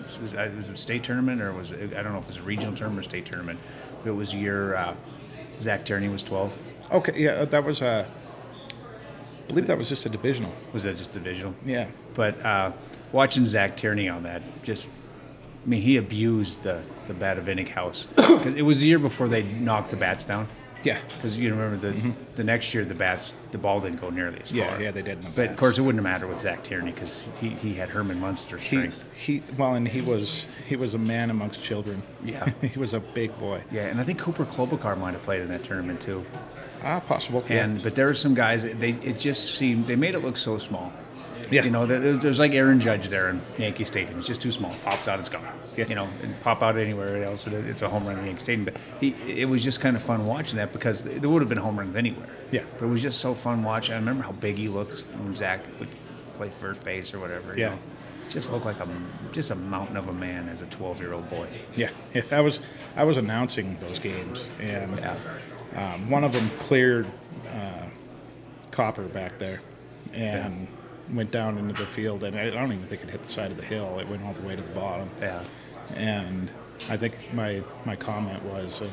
Speaker 4: this was, uh, it was a state tournament or was it, I don't know if it was a regional tournament or state tournament. It was your uh, Zach Tierney was 12.
Speaker 8: Okay, yeah, that was uh, I believe that was just a divisional.
Speaker 4: Was that just divisional?
Speaker 8: Yeah.
Speaker 4: But uh, watching Zach Tierney on that, just I mean, he abused the the
Speaker 8: <coughs>
Speaker 4: Badavinic house. Cause it was the year before they knocked the bats down.
Speaker 8: Yeah,
Speaker 4: because you remember the mm-hmm. the next year the bats the ball didn't go nearly as
Speaker 8: yeah,
Speaker 4: far.
Speaker 8: Yeah, they didn't.
Speaker 4: But bats. of course, it wouldn't matter with Zach Tierney because he, he had Herman Munster strength.
Speaker 8: He, he, well, and he was he was a man amongst children.
Speaker 4: Yeah,
Speaker 8: <laughs> he was a big boy.
Speaker 4: Yeah, and I think Cooper Klobuchar might have played in that tournament too.
Speaker 8: Ah, possible.
Speaker 4: And
Speaker 8: yeah.
Speaker 4: but there were some guys. They it just seemed they made it look so small.
Speaker 8: Yeah.
Speaker 4: You know, there's, there's like Aaron Judge there in Yankee Stadium. It's just too small. Pops out, it's gone.
Speaker 8: Yeah.
Speaker 4: You know, and pop out anywhere else, it's a home run in Yankee Stadium. But he, it was just kind of fun watching that because there would have been home runs anywhere.
Speaker 8: Yeah.
Speaker 4: But it was just so fun watching. I remember how big he looked when Zach would play first base or whatever.
Speaker 8: Yeah.
Speaker 4: Know? Just looked like a just a mountain of a man as a 12 year old boy.
Speaker 8: Yeah. yeah. I was I was announcing those games, and
Speaker 4: yeah.
Speaker 8: um, one of them cleared uh, Copper back there, and. Yeah went down into the field, and I don't even think it hit the side of the hill. It went all the way to the bottom.
Speaker 4: Yeah.
Speaker 8: And I think my my comment was, uh,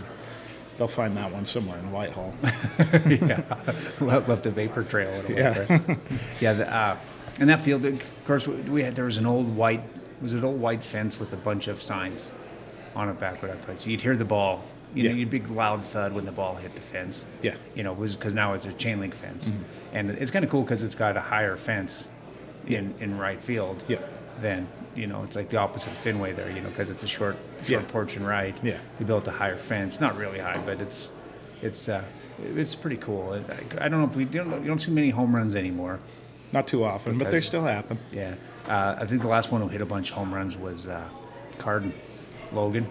Speaker 8: they'll find that one somewhere in Whitehall.
Speaker 4: <laughs> yeah. <laughs> Left a vapor trail. Or
Speaker 8: whatever.
Speaker 4: yeah. yeah. The, uh, and that field, of course, we had there was an old white was it old white fence with a bunch of signs on it back where I played. So you'd hear the ball. You know,
Speaker 8: Yeah.
Speaker 4: you'd big loud thud when the ball hit the fence.
Speaker 8: Yeah. Mm-hmm.
Speaker 4: You know, because now it's a chain link fence, and it's kind of cool because it's got a higher fence in, in right field
Speaker 8: Yeah.
Speaker 4: than you know it's like the opposite of Fenway there you know because it's a short short
Speaker 8: Yeah.
Speaker 4: porch and right
Speaker 8: Yeah.
Speaker 4: they built a higher fence not really high but it's it's uh, it's pretty cool It- I, I don't know if we you don't, you don't see many home runs anymore
Speaker 8: Not too often, but they
Speaker 4: Because-
Speaker 8: still happen.
Speaker 4: yeah uh, I think the last one who hit a bunch of home runs was uh, Carden Logan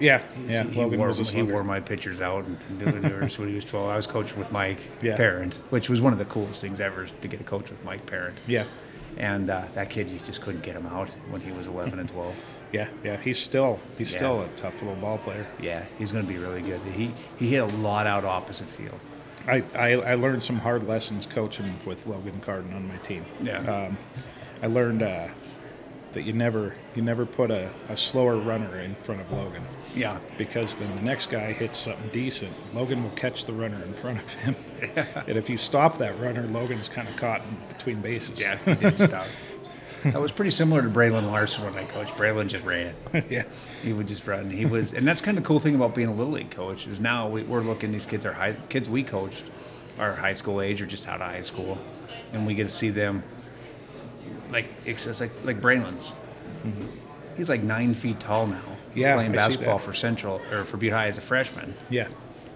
Speaker 8: Yeah, yeah.
Speaker 4: he,
Speaker 8: Logan
Speaker 4: wore,
Speaker 8: was a
Speaker 4: he
Speaker 8: slugger.
Speaker 4: wore my pictures out and, and did it when he was 12 I was coaching with Mike
Speaker 8: <laughs> Yeah.
Speaker 4: Parent which was one of the coolest things ever is to get a coach with Mike Parent
Speaker 8: Yeah,
Speaker 4: and uh, that kid you just couldn't get him out when he was 11 and 12
Speaker 8: <laughs> yeah, yeah. He's still he's
Speaker 4: Yeah.
Speaker 8: still a tough little ball player.
Speaker 4: Yeah, he's going to be really good. He he hit a lot out opposite field.
Speaker 8: I, I, I learned some hard lessons coaching with Logan Carden on my team.
Speaker 4: Yeah.
Speaker 8: Um, I learned uh, that you never you never put a, a slower runner in front of Logan
Speaker 4: Yeah,
Speaker 8: because then the next guy hits something decent. Logan will catch the runner in front of
Speaker 4: <laughs>
Speaker 8: him, and if you stop that runner, Logan's kind of caught in between bases.
Speaker 4: yeah, he did stop. That was pretty similar to Braylon Larson when I coached. Braylon just ran.
Speaker 8: <laughs> yeah.
Speaker 4: He would just run. He was, and that's kind of the cool thing about being a little league coach is now we, we're looking. These kids are high kids we coached are high school age or just out of high school, and we get to see them. Like it's just like like Braylon's. He's like nine feet tall now.
Speaker 8: Mm-hmm. Yeah,
Speaker 4: playing
Speaker 8: I see that.
Speaker 4: basketball for Central or for Butte High as a freshman.
Speaker 8: Yeah.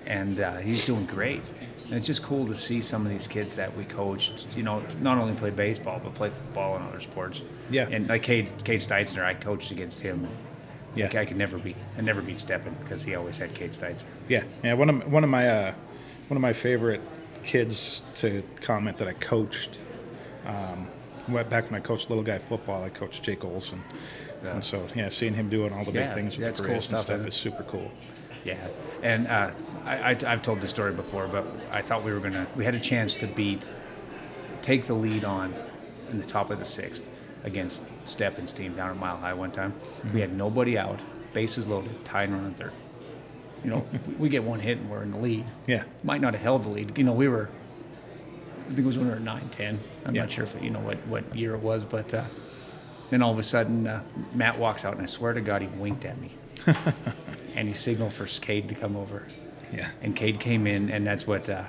Speaker 4: and uh, he's doing great. And it's just cool to see some of these kids that we coached, you know, not only play baseball, but play football and other sports.
Speaker 8: Yeah.
Speaker 4: And like Cade, Cade Steitzner, I coached against him.
Speaker 8: Yeah.
Speaker 4: Like I could never beat, I never beat Steppen because he always had Cade Steitzner.
Speaker 8: Yeah, yeah. One of one of my uh, one of my favorite kids to comment that I coached. Um, went back when I coached little guy football, I coached Jake Olson, and so yeah, seeing him doing all the
Speaker 4: Yeah,
Speaker 8: big things with
Speaker 4: that's
Speaker 8: the
Speaker 4: cool
Speaker 8: careers and
Speaker 4: stuff,
Speaker 8: stuff
Speaker 4: isn't
Speaker 8: is super cool.
Speaker 4: Yeah, and uh, I, I, I've told this story before, but I thought we were gonna. We had a chance to beat, take the lead on, in the top of the sixth against Steppen's team down at Mile High one time. We had nobody out, bases loaded, tie and run in third. You know, we- we get one hit and we're in the lead.
Speaker 8: Yeah.
Speaker 4: might not have held the lead. You know, we were. I think it was when we were nine, ten. I'm
Speaker 8: Yeah.
Speaker 4: not sure if you know what what year it was, but. Uh, then all of a sudden, uh, Matt walks out, and I swear to God, he winked
Speaker 8: <laughs>
Speaker 4: at me and he signaled for Cade to come over.
Speaker 8: Yeah.
Speaker 4: And Cade came in, and that's what uh,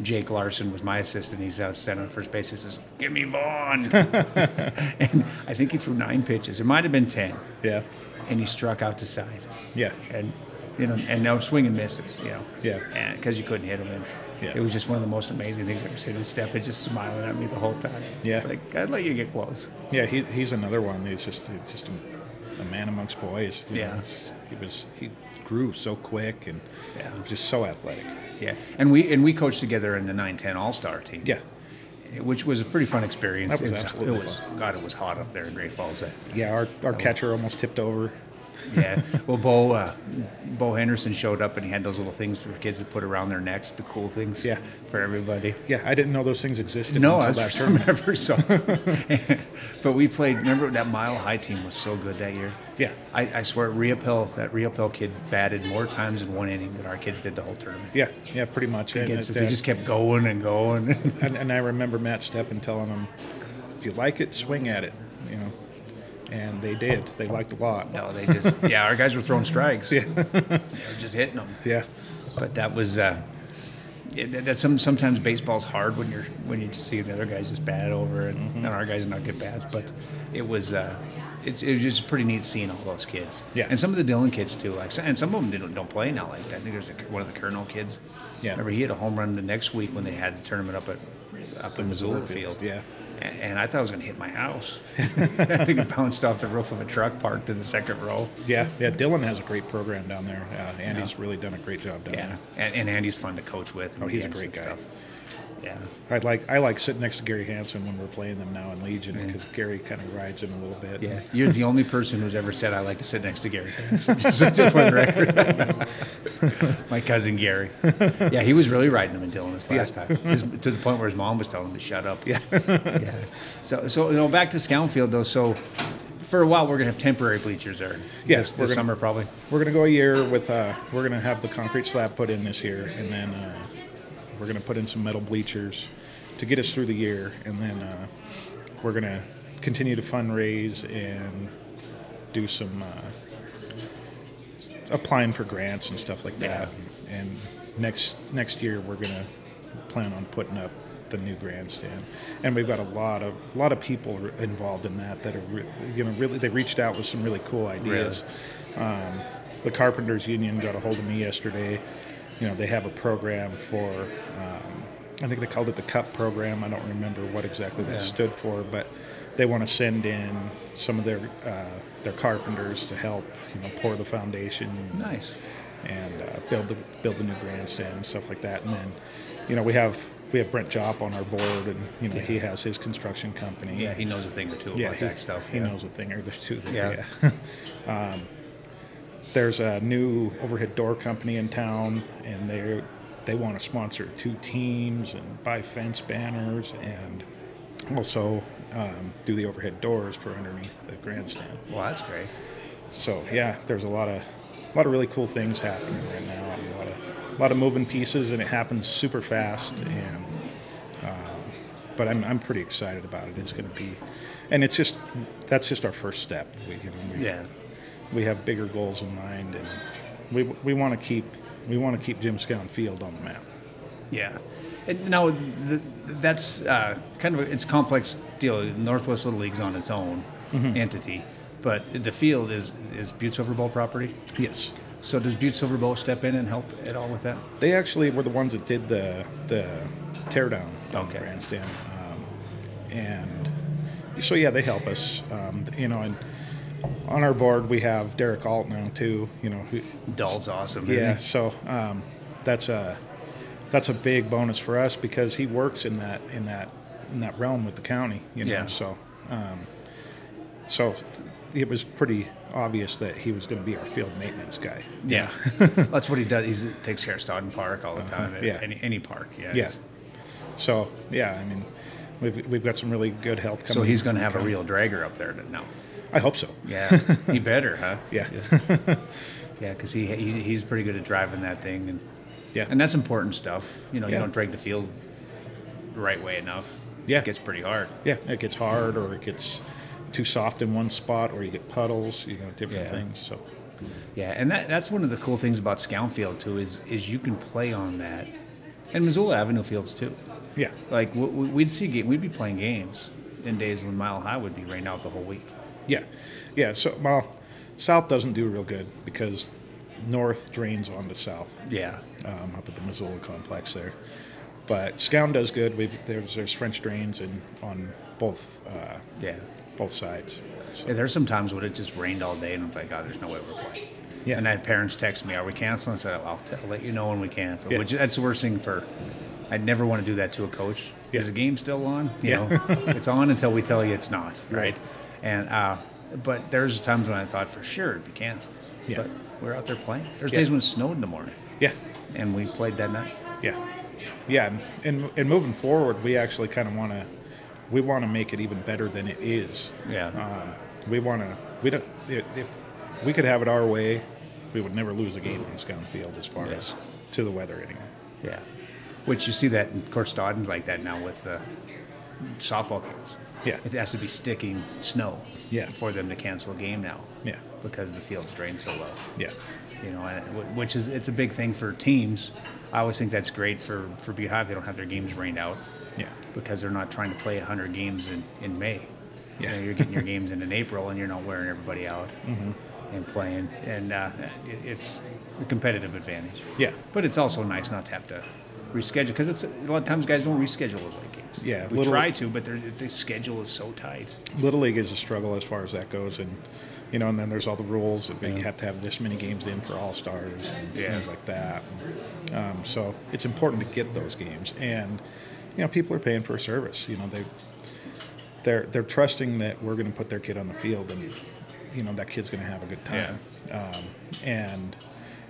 Speaker 4: Jake Larson was my assistant. He's out standing on first base. He says, "Give me Vaughn." <laughs> and I think he threw nine pitches. It might have been ten.
Speaker 8: Yeah.
Speaker 4: And he struck out to side.
Speaker 8: Yeah.
Speaker 4: And you know, and no swing and misses. You know.
Speaker 8: Yeah.
Speaker 4: Because you couldn't hit him. And
Speaker 8: Yeah.
Speaker 4: It was just one of the most amazing things I've ever seen. And Steppen just smiling at me the whole time.
Speaker 8: Yeah.
Speaker 4: It's like I'd let you get close.
Speaker 8: <laughs> Yeah, he, he's another one. He's just he's just a, a man amongst boys. you know.
Speaker 4: Yeah.
Speaker 8: It's just- he was he grew so quick and
Speaker 4: Yeah.
Speaker 8: just so athletic.
Speaker 4: Yeah. And we and we coached together in the 9-10 All Star team.
Speaker 8: Yeah.
Speaker 4: which was a pretty fun experience.
Speaker 8: That was
Speaker 4: it was,
Speaker 8: absolutely
Speaker 4: it was- God, it was hot up there in Great Falls. That,
Speaker 8: Yeah, our, our catcher almost tipped over.
Speaker 4: yeah. Well, Bo uh, Bo Henderson showed up and he had those little things for kids to put around their necks, the cool things.
Speaker 8: Yeah.
Speaker 4: For everybody.
Speaker 8: Yeah, I didn't know those things existed
Speaker 4: No,
Speaker 8: until
Speaker 4: I was
Speaker 8: that
Speaker 4: first
Speaker 8: tournament.
Speaker 4: ever saw. <laughs> but we played. Remember that Mile High team was so good that year.
Speaker 8: Yeah.
Speaker 4: I, I swear, Riopel that Riopel kid batted more times in one inning than our kids did the whole tournament.
Speaker 8: Yeah, yeah, pretty much. And,
Speaker 4: Against us,
Speaker 8: it-
Speaker 4: they just kept going and going.
Speaker 8: <laughs> and, and I remember Matt Steppen telling them, if you like it, swing at it, you know. And they did. They liked a lot.
Speaker 4: No, they
Speaker 8: <laughs>
Speaker 4: just yeah, our guys were throwing strikes. Yeah, <laughs> they were just hitting them.
Speaker 8: Yeah.
Speaker 4: But that was uh, it, that- that's some sometimes baseball's hard when you're when you just see the other guys just bat it over and,
Speaker 8: Mm-hmm.
Speaker 4: and our guys not get bats. But it was uh, it's it was just pretty neat seeing all those kids.
Speaker 8: Yeah.
Speaker 4: and some of the Dillon kids too. Like and some of them didn't, don't play now like that. I think there's a, one of the Colonel kids.
Speaker 8: Yeah.
Speaker 4: remember he had a home run the next week when they had the tournament up at up in Missoula
Speaker 8: Field,
Speaker 4: Field.
Speaker 8: yeah.
Speaker 4: And, and I thought I was going to hit my house. <laughs> I think it bounced off the roof of a truck parked in the second row.
Speaker 8: Yeah, yeah. Dylan has a great program down there. Uh, <laughs> Andy's really done a great job down
Speaker 4: Yeah, and, and Andy's fun to coach with. and
Speaker 8: Oh, he's a
Speaker 4: against
Speaker 8: great
Speaker 4: and
Speaker 8: guy.
Speaker 4: Yeah,
Speaker 8: there. I like I like sitting next to Gary Hansen when we're playing them now in Legion because Gary kind of rides him a little bit.
Speaker 4: yeah. You're the only person who's ever said I like to sit next to Gary. <laughs> Hansen," just, just for the record, <laughs> my cousin Gary. Yeah, he was really riding him and Dylan this last
Speaker 8: Yeah.
Speaker 4: time, His- to the point where his mom was telling him to shut up.
Speaker 8: Yeah.
Speaker 4: yeah. So, so you know, back to Scoundfield though. So, for a while, we're gonna have temporary bleachers there.
Speaker 8: Yes,
Speaker 4: this,
Speaker 8: we're
Speaker 4: this
Speaker 8: gonna-
Speaker 4: summer probably.
Speaker 8: We're gonna go a year with. Uh, we're gonna have the concrete slab put in this year, and then uh, we're gonna put in some metal bleachers to get us through the year, and then uh, we're gonna continue to fundraise and do some uh, applying for grants and stuff like that. And next next year, we're gonna plan on putting up the new grandstand, and we've got a lot of a lot of people r- involved in that that are re- you know really they reached out with some really cool ideas. Um, the Carpenters Union got a hold of me yesterday. You know they have a program for. Um, I think they called it the Cup program. I don't remember what exactly that
Speaker 4: Yeah.
Speaker 8: stood for, but they want to send in some of their uh, their carpenters to help, you know, pour the foundation,
Speaker 4: Nice.
Speaker 8: and uh, build the build the new grandstand and stuff like that. And then, you know, we have we have Brent Jopp on our board, and you know he has his construction company.
Speaker 4: Yeah, he knows a thing or two about
Speaker 8: he,
Speaker 4: that stuff.
Speaker 8: He
Speaker 4: yeah.
Speaker 8: knows a thing or two. There,
Speaker 4: Yeah.
Speaker 8: yeah. <laughs> um, there's a new overhead door company in town, and they they want to sponsor two teams and buy fence banners and also um, do the overhead doors for underneath the grandstand.
Speaker 4: Well, that's great.
Speaker 8: So yeah, there's a lot of a lot of really cool things happening right now. and A lot of a lot of moving pieces, and it happens super fast. And um, but I'm I'm pretty excited about it. It's going to be, and it's just that's just our first step. We can we,
Speaker 4: Yeah.
Speaker 8: we have bigger goals in mind, and we we want to keep we want to keep Jim Scown Field on the map.
Speaker 4: Yeah, and now th that's uh, kind of a, it's a complex deal. Northwest Little League's on
Speaker 8: Mm-hmm.
Speaker 4: its own entity, but the field is is Butte's Overball property.
Speaker 8: Yes.
Speaker 4: So does Butte Silver Bow step in and help at all with that?
Speaker 8: They actually were the ones that did the the teardown on
Speaker 4: Okay.
Speaker 8: Oh, the grandstand, um, and so yeah, they help us. Um, you know, and on our board we have Derek Alt now too. You know, who,
Speaker 4: Dahl's awesome, isn't
Speaker 8: Yeah,
Speaker 4: he?
Speaker 8: so um, that's a that's a big bonus for us because he works in that in that in that realm with the county. You know,
Speaker 4: Yeah.
Speaker 8: so um, so it was pretty obvious that he was going to be our field maintenance guy.
Speaker 4: Yeah, that's what he does. He takes care of Stodden Park all the time. at
Speaker 8: Uh-huh. yeah.
Speaker 4: Any, any park. Yeah.
Speaker 8: Yeah. So yeah, I mean, we've we've got some really good help coming.
Speaker 4: So he's going to have a
Speaker 8: coming.
Speaker 4: real dragger up there now.
Speaker 8: I hope so.
Speaker 4: Yeah.
Speaker 8: <laughs>
Speaker 4: he better, huh?
Speaker 8: Yeah.
Speaker 4: Yeah, because he, he he's pretty good at driving that thing, and
Speaker 8: Yeah.
Speaker 4: and that's important stuff. You know,
Speaker 8: Yeah.
Speaker 4: you don't drag the field the right way enough.
Speaker 8: Yeah.
Speaker 4: It gets pretty hard.
Speaker 8: yeah, it gets hard or it gets too soft in one spot or you get puddles, you know, different
Speaker 4: Yeah.
Speaker 8: things. So
Speaker 4: Yeah, and that, that's one of the cool things about Scoundfield too is is you can play on that, and Missoula Avenue fields too.
Speaker 8: yeah,
Speaker 4: Like we, we- we'd see game, we'd be playing games in days when Mile High would be rained out the whole week.
Speaker 8: yeah, yeah. So well, south doesn't do real good because north drains onto south.
Speaker 4: Yeah,
Speaker 8: um, up at the Missoula complex there. But Scound does good. We've, there's there's French drains in on both uh,
Speaker 4: yeah.
Speaker 8: both sides. So,
Speaker 4: Yeah, there's some times when it just rained all day, and I'm like, oh, there's no way we're playing.
Speaker 8: Yeah.
Speaker 4: And I had parents text me, are we canceling? I said, "Well, I'll, t- I'll let you know when we cancel,
Speaker 8: Yeah.
Speaker 4: which that's the worst thing for, I'd never want to do that to a coach.
Speaker 8: Yeah.
Speaker 4: Is the game still on? You
Speaker 8: Yeah.
Speaker 4: know, it's on until we tell you it's not.
Speaker 8: Right.
Speaker 4: And, uh, but there's times when I thought for sure it'd be canceled.
Speaker 8: Yeah.
Speaker 4: But we're out there playing. There's
Speaker 8: Yeah.
Speaker 4: days when it snowed in the morning,
Speaker 8: yeah,
Speaker 4: and we played that night.
Speaker 8: yeah, yeah. And, and and moving forward, we actually kind of want to we want to make it even better than it is.
Speaker 4: Yeah.
Speaker 8: Um, we want to we don't if, if we could have it our way, we would never lose a game on Scound Field as far
Speaker 4: Yeah.
Speaker 8: as to the weather anyway.
Speaker 4: Yeah. Which you see that, and of course, Dodden's like that now with the softball games.
Speaker 8: Yeah.
Speaker 4: It has to be sticking snow
Speaker 8: Yeah.
Speaker 4: for them to cancel a game now.
Speaker 8: Yeah.
Speaker 4: Because the field's drained so low.
Speaker 8: Yeah.
Speaker 4: You know, and it- which is, it's a big thing for teams. I always think that's great for, for Butte High if they don't have their games rained out
Speaker 8: Yeah.
Speaker 4: because they're not trying to play 100 games in, in May.
Speaker 8: Yeah.
Speaker 4: You know, you're getting your <laughs> games in in April and you're not wearing everybody out
Speaker 8: Mm-hmm.
Speaker 4: and playing. And uh, it, it's a competitive advantage.
Speaker 8: Yeah.
Speaker 4: But it's also nice not to have to reschedule because it's a lot of times guys don't reschedule those late games.
Speaker 8: Yeah,
Speaker 4: We
Speaker 8: little-
Speaker 4: try to, but their the schedule is so tight.
Speaker 8: Little League is a struggle as far as that goes, and you know, and then there's all the rules that you have to have this many games in for All Stars and
Speaker 4: Yeah.
Speaker 8: things like that. Um, so it's important to get those games, and you know, people are paying for a service. You know, they they're they're trusting that we're going to put their kid on the field, and you know, that kid's going to have a good time. Um, and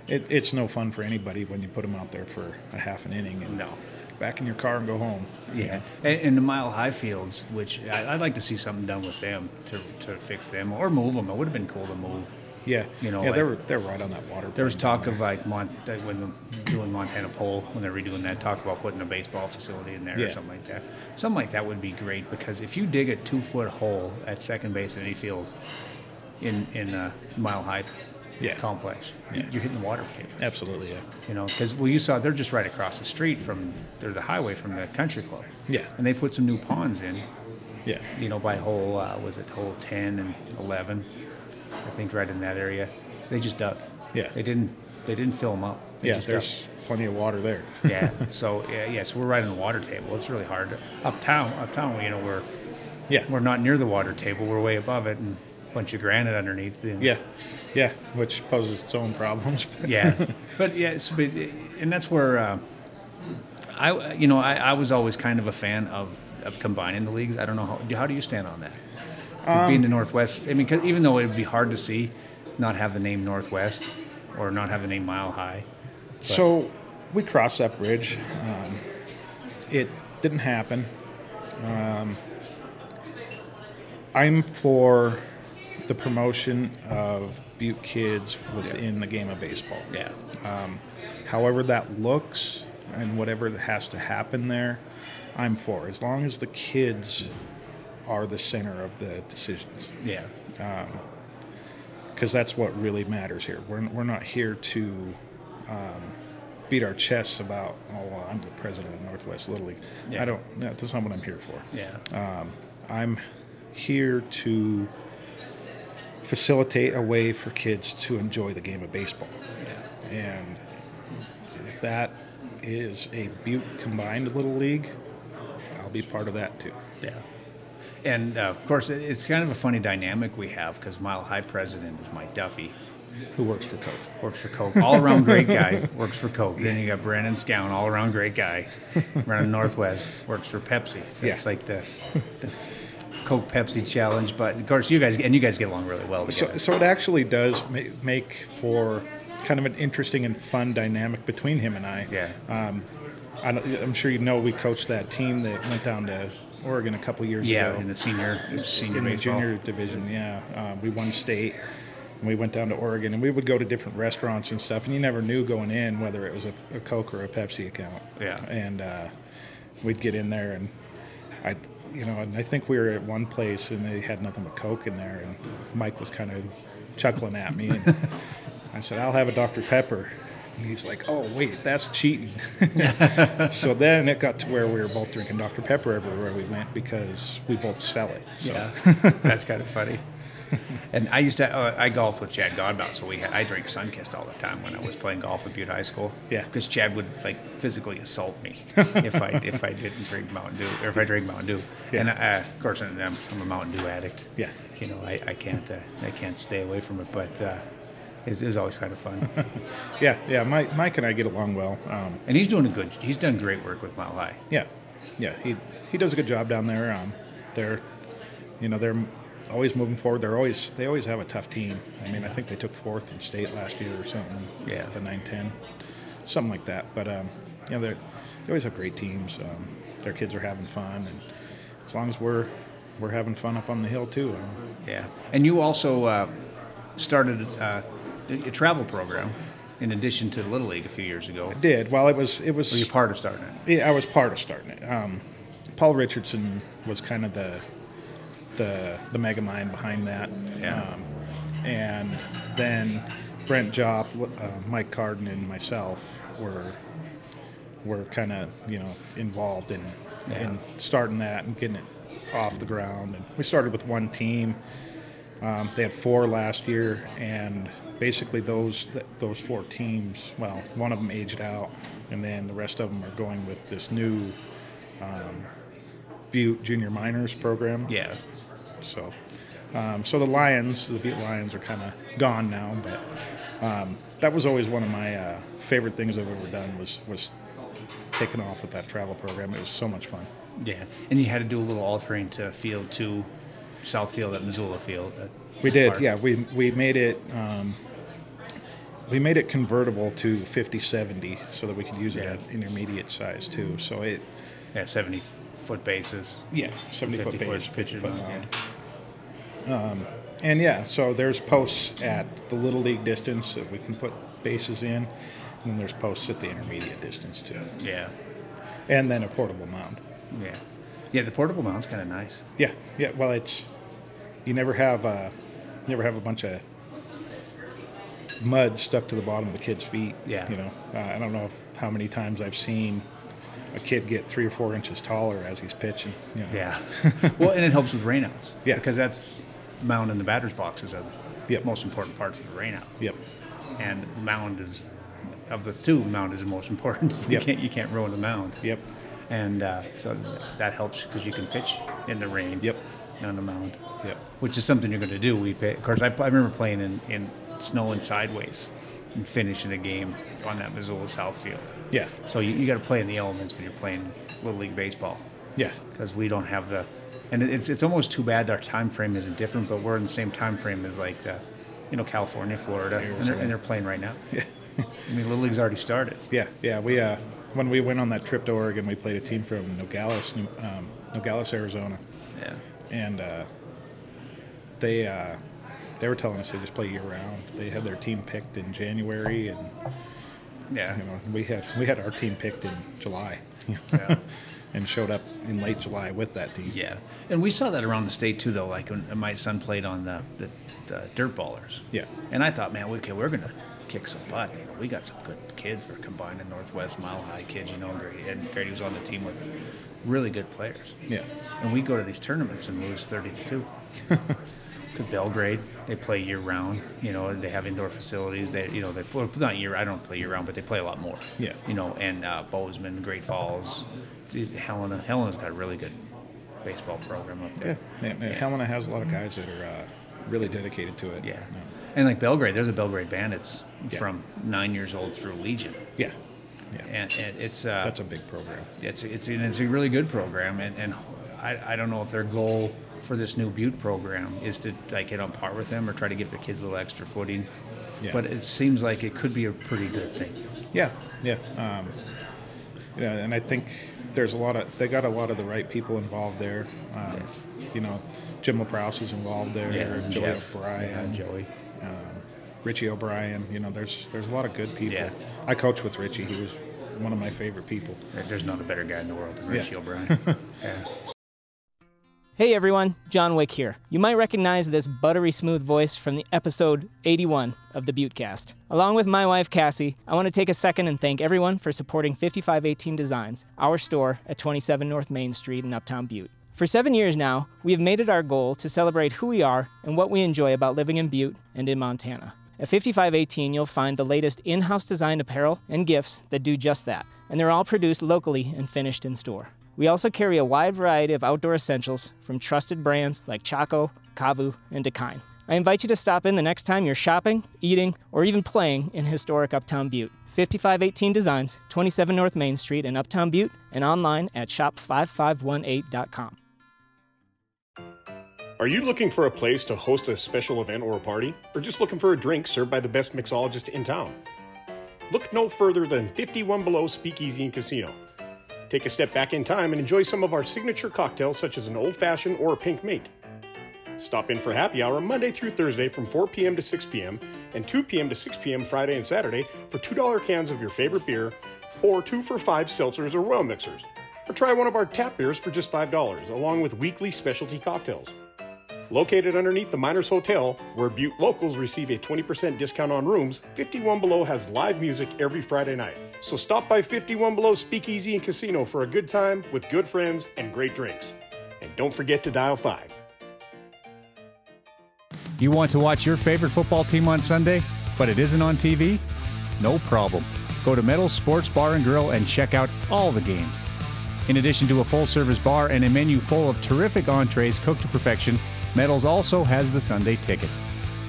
Speaker 8: it, it's no fun for anybody when you put them out there for a half an inning and
Speaker 4: No.
Speaker 8: back in your car and go home. you
Speaker 4: Yeah,
Speaker 8: know?
Speaker 4: and, and the mile high fields, which I, I'd like to see something done with them to, to fix them or move them. It would have been cool to move.
Speaker 8: yeah,
Speaker 4: You know,
Speaker 8: yeah, they
Speaker 4: like-
Speaker 8: were they're right on that water.
Speaker 4: There was
Speaker 8: plane down
Speaker 4: talk of like Mont that when they're doing Montana Pole when they're redoing that, talk about putting a baseball facility in there
Speaker 8: Yeah.
Speaker 4: or something like that. Something like that would be great because if you dig a two foot hole at second base in any field in in a mile high
Speaker 8: Yeah.
Speaker 4: complex,
Speaker 8: Yeah.
Speaker 4: you're hitting the water pit.
Speaker 8: Absolutely, yeah.
Speaker 4: You know, because well, you saw they're just right across the street from they're the highway from the country club.
Speaker 8: Yeah.
Speaker 4: and they put some new ponds in.
Speaker 8: Yeah.
Speaker 4: You know, by hole uh, was it hole ten and eleven? I think right in that area. They just dug.
Speaker 8: Yeah.
Speaker 4: They didn't. They didn't fill them up. They
Speaker 8: Yeah,
Speaker 4: just
Speaker 8: there's plenty of water there. <laughs>
Speaker 4: dug. <laughs> yeah. So yeah, yeah. So we're right on the water table. It's really hard. Uptown, uptown. You know, we're
Speaker 8: Yeah.
Speaker 4: we're not near the water table. We're way above it and a bunch of granite underneath. and-
Speaker 8: Yeah. Yeah, which poses its own problems. but- <laughs>
Speaker 4: yeah but yeah it's, but, and that's where uh, i you know I, I was always kind of a fan of of combining the leagues i don't know how, how do you stand on that being the northwest i mean 'cause even though it would be hard to see not have the name northwest or not have the name mile high
Speaker 8: So we crossed that bridge. Um, it didn't happen. Um, I'm for the promotion of Butte kids within the game of baseball. Um,
Speaker 4: yeah
Speaker 8: however that looks and whatever that has to happen there, I'm for. As long as the kids are the center of the decisions, Um,
Speaker 4: yeah
Speaker 8: because that's what really matters here. We're, we're not here to um, beat our chests about, oh, well, I'm the president of Northwest Little League.
Speaker 4: Yeah.
Speaker 8: I don't, no, that's not what Um, I'm here for.
Speaker 4: yeah
Speaker 8: I'm here to facilitate a way for kids to enjoy the game of baseball. And if that is a Butte combined little league, I'll be part of that too.
Speaker 4: Yeah. And uh, of course, it- it's kind of a funny dynamic we have because Mile High president is Mike Duffy,
Speaker 8: who works for Coke.
Speaker 4: Works for Coke. All around great guy. Works for Coke. Then you got Brandon Scown, all around great guy, running Northwest. Works for Pepsi. So
Speaker 8: Yeah.
Speaker 4: It's like the, the Coke Pepsi challenge. But of course, you guys and you guys get along really well
Speaker 8: So,
Speaker 4: together.
Speaker 8: so it actually does ma- make for kind of an interesting and fun dynamic between him and I.
Speaker 4: Yeah.
Speaker 8: Um, I don't- I'm sure you know we coached that team that went down to Oregon a couple years
Speaker 4: Yeah,
Speaker 8: ago.
Speaker 4: in the senior- senior
Speaker 8: in the
Speaker 4: baseball.
Speaker 8: junior division. Yeah, uh, we won state. And we went down to Oregon, and we would go to different restaurants and stuff, and you never knew going in whether it was a, a Coke or a Pepsi account.
Speaker 4: Yeah.
Speaker 8: And uh, we'd get in there, and I, you know, and I think we were at one place, and they had nothing but Coke in there, and Mike was kind of chuckling at me, and I said, "I'll have a Dr Pepper," and he's like, "Oh,
Speaker 9: <laughs>
Speaker 8: wait, that's cheating." so then it got to where we were both drinking Dr Pepper everywhere we went because we both sell it. So.
Speaker 4: Yeah, <laughs>
Speaker 8: <laughs>
Speaker 4: that's kind of funny. And I used to uh, I golfed with Chad Godbout, so we had, I drank Sunkist all the time when I was playing golf at Butte High School.
Speaker 8: Yeah.
Speaker 4: because Chad would like physically assault
Speaker 8: <laughs>
Speaker 4: me if I if I didn't drink Mountain Dew or if I drank Mountain Dew.
Speaker 8: Yeah.
Speaker 4: And I, of course, I'm, I'm a Mountain Dew addict.
Speaker 8: Yeah.
Speaker 4: you know I, I can't uh, I can't stay away from it, but uh, it's, it was always kind of fun.
Speaker 8: yeah, yeah. Mike, Mike and I get along well. Um,
Speaker 4: and he's doing a good. He's done great work with Mile High.
Speaker 8: Yeah, yeah. He he does a good job down there. Um, they're, you know, they're always moving forward. They're always they always have a tough team. I mean, I think they took fourth in state last year or something.
Speaker 4: Yeah.
Speaker 8: the nine ten, something like that. But um, you know, they they always have great teams. Um, their kids are having fun, and as long as we're we're having fun up on the hill too. Um,
Speaker 4: Yeah, and you also uh, started uh, a a travel program in addition to Little League a few years ago. I
Speaker 8: did. Well, it was it was.
Speaker 4: Were you part of starting it?
Speaker 8: Yeah, I was part of starting it. Um, Paul Richardson was kind of the the the mega mind behind that.
Speaker 4: Yeah.
Speaker 8: Um, and then Brent Jopp, uh, Mike Carden, and myself were were kind of you know involved in in starting that and getting it off the ground. And we started with one team. Um, they had four last year, and basically those th- those four teams. Well, one of them aged out, and then the rest of them are going with this new um, Butte Junior Minors program.
Speaker 4: Yeah.
Speaker 8: So, um, so the Lions, the Butte Lions, are kind of gone now. But um, that was always one of my uh, favorite things I've ever done was was taking off with that travel program. It was so much fun.
Speaker 4: Yeah, and you had to do a little altering to field two, south field at Missoula Field. at
Speaker 8: We did,
Speaker 4: Park.
Speaker 8: yeah. We we made it um, we made it convertible to 50-70 so that we could use it at intermediate size too. So it
Speaker 4: yeah seventy foot bases.
Speaker 8: yeah seventy foot
Speaker 4: 50
Speaker 8: base, fifty
Speaker 4: pitches
Speaker 8: foot
Speaker 4: mound,
Speaker 8: mound. Um, and yeah, so there's posts at the little league distance that we can put bases in, and then there's posts at the intermediate distance too.
Speaker 4: Yeah,
Speaker 8: And then a portable mound.
Speaker 4: yeah, yeah. The portable mound's kind of nice.
Speaker 8: Yeah, yeah. Well, it's you never have uh, you never have a bunch of mud stuck to the bottom of the kid's feet.
Speaker 4: Yeah.
Speaker 8: You know, uh, I don't know if, how many times I've seen a kid get three or four inches taller as he's pitching. You know.
Speaker 4: Yeah. <laughs> well, and it helps with rainouts.
Speaker 8: Yeah.
Speaker 4: because that's the mound and the batter's boxes are the
Speaker 8: Yep.
Speaker 4: most important parts of the rainout.
Speaker 8: Yep.
Speaker 4: And the mound is of the two, mound is the most important. <laughs> You
Speaker 8: Yep.
Speaker 4: can't you can't ruin the mound.
Speaker 8: Yep.
Speaker 4: And uh, so that helps because you can pitch in the rain. Yep. On the mound.
Speaker 8: Yep.
Speaker 4: Which is something you're going to do. We pay, of course I, I remember playing in, in snow and sideways and finishing a game on that Missoula South field.
Speaker 8: Yeah.
Speaker 4: So you, you got to play in the elements when you're playing little league baseball.
Speaker 8: Yeah.
Speaker 4: Because we don't have the, and it's it's almost too bad that our time frame isn't different, but we're in the same time frame as like, uh, you know, California, Florida, and they're,
Speaker 8: Arizona.
Speaker 4: and they're playing right now. Yeah. I mean, little league's already started.
Speaker 8: Yeah, yeah. We uh, when we went on that trip to Oregon, we played a team from Nogales, New- um, Nogales, Arizona.
Speaker 4: Yeah.
Speaker 8: And uh, they uh, they were telling us they just play year round. They had their team picked in January, and
Speaker 4: yeah,
Speaker 8: you know, we had we had our team picked in July,
Speaker 4: Yeah.
Speaker 8: <laughs> and showed up in late July with that team.
Speaker 4: Yeah, and we saw that around the state too, though. Like when my son played on the, the, the dirt ballers.
Speaker 8: Yeah.
Speaker 4: And I thought, man, we, okay, we're gonna kick some butt. You know, we got some good kids that are combined in Northwest Mile High kids. You know, and Grady, and Grady was on the team with really good players.
Speaker 8: Yeah.
Speaker 4: And we go to these tournaments and lose thirty to two. to Belgrade. They play year round. You know, they have indoor facilities. They, you know, they play not year. I don't play year round, but they play a lot more.
Speaker 8: Yeah.
Speaker 4: You know, and uh, Bozeman, Great Falls, Helena. Helena's got a really good baseball program up
Speaker 8: Yeah.
Speaker 4: there.
Speaker 8: yeah. man, Helena has a lot of guys that are uh, really dedicated to it.
Speaker 4: Yeah. And like Belgrade, they're the Belgrade Bandits
Speaker 8: Yeah.
Speaker 4: from nine years old through Legion.
Speaker 8: Yeah.
Speaker 4: And, and it's uh,
Speaker 8: That's a big program.
Speaker 4: It's it's and it's a really good program, and, and I, I don't know if their goal for this new Butte program is to like get on par with them or try to give their kids a little extra footing.
Speaker 8: Yeah.
Speaker 4: But it seems like it could be a pretty good thing.
Speaker 8: Yeah, yeah. Um, you know, and I think there's a lot of they got a lot of the right people involved there. Um, You know, Jim LaProuse is involved there.
Speaker 4: Yeah, and
Speaker 8: Joey
Speaker 4: Jeff.
Speaker 8: O'Brien,
Speaker 4: Yeah, Joey.
Speaker 8: um, Richie O'Brien. You know, there's there's a lot of good people.
Speaker 4: Yeah.
Speaker 8: I coached with Richie. He was one of my favorite people.
Speaker 4: There's not a better guy in the world than
Speaker 8: Yeah. <laughs>
Speaker 4: Richie O'Brien. yeah.
Speaker 12: Hey everyone, John Wick here. You might recognize this buttery smooth voice from the episode 81 of the Buttecast. Along with my wife Cassie, I want to take a second and thank everyone for supporting 5518 Designs, our store at 27 North Main Street in Uptown Butte. For seven years now, we have made it our goal to celebrate who we are and what we enjoy about living in Butte and in Montana. At 5518, you'll find the latest in house designed apparel and gifts that do just that, and they're all produced locally and finished in store. We also carry a wide variety of outdoor essentials from trusted brands like Chaco, Kavu, and Dakine. I invite you to stop in the next time you're shopping, eating, or even playing in historic Uptown Butte. 5518 Designs, 27 North Main Street in Uptown Butte, and online at shop5518.com.
Speaker 9: Are you looking for a place to host a special event or a party? Or just looking for a drink served by the best mixologist in town? Look no further than 51 Below Speakeasy and Casino. Take a step back in time and enjoy some of our signature cocktails, such as an old fashioned or a pink mink. Stop in for happy hour Monday through Thursday from 4 p.m. to 6 p.m. and 2 p.m. to 6 p.m. Friday and Saturday for $2 cans of your favorite beer or 2 for 5 seltzers or well mixers. Or try one of our tap beers for just $5, along with weekly specialty cocktails. Located underneath the Miners Hotel, where Butte locals receive a 20% discount on rooms, 51 Below has live music every Friday night. So stop by 51 Below Speakeasy and Casino for a good time with good friends and great drinks. And don't forget to dial 5.
Speaker 7: You want to watch your favorite football team on Sunday, but it isn't on TV? No problem. Go to Metal Sports Bar and Grill and check out all the games. In addition to a full service bar and a menu full of terrific entrees cooked to perfection, Metals also has the Sunday ticket.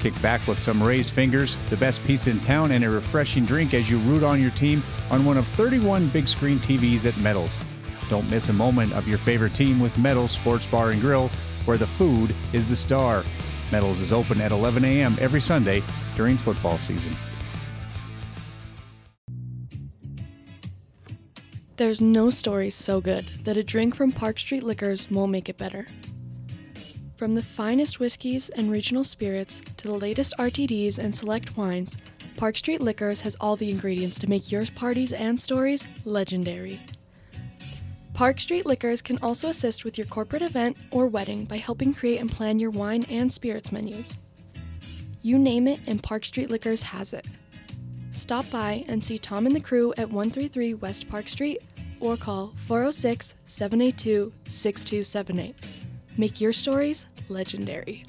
Speaker 7: Kick back with some raised fingers, the best pizza in town, and a refreshing drink as you root on your team on one of 31 big screen TVs at Metals. Don't miss a moment of your favorite team with Metals Sports Bar and Grill, where the food is the star. Metals is open at 11 a.m. every Sunday during football season.
Speaker 13: There's no story so good that a drink from Park Street Liquors won't make it better. From the finest whiskeys and regional spirits to the latest RTDs and select wines, Park Street Liquors has all the ingredients to make your parties and stories legendary. Park Street Liquors can also assist with your corporate event or wedding by helping create and plan your wine and spirits menus. You name it, and Park Street Liquors has it. Stop by and see Tom and the crew at 133 West Park Street or call 406 782 6278. Make your stories legendary.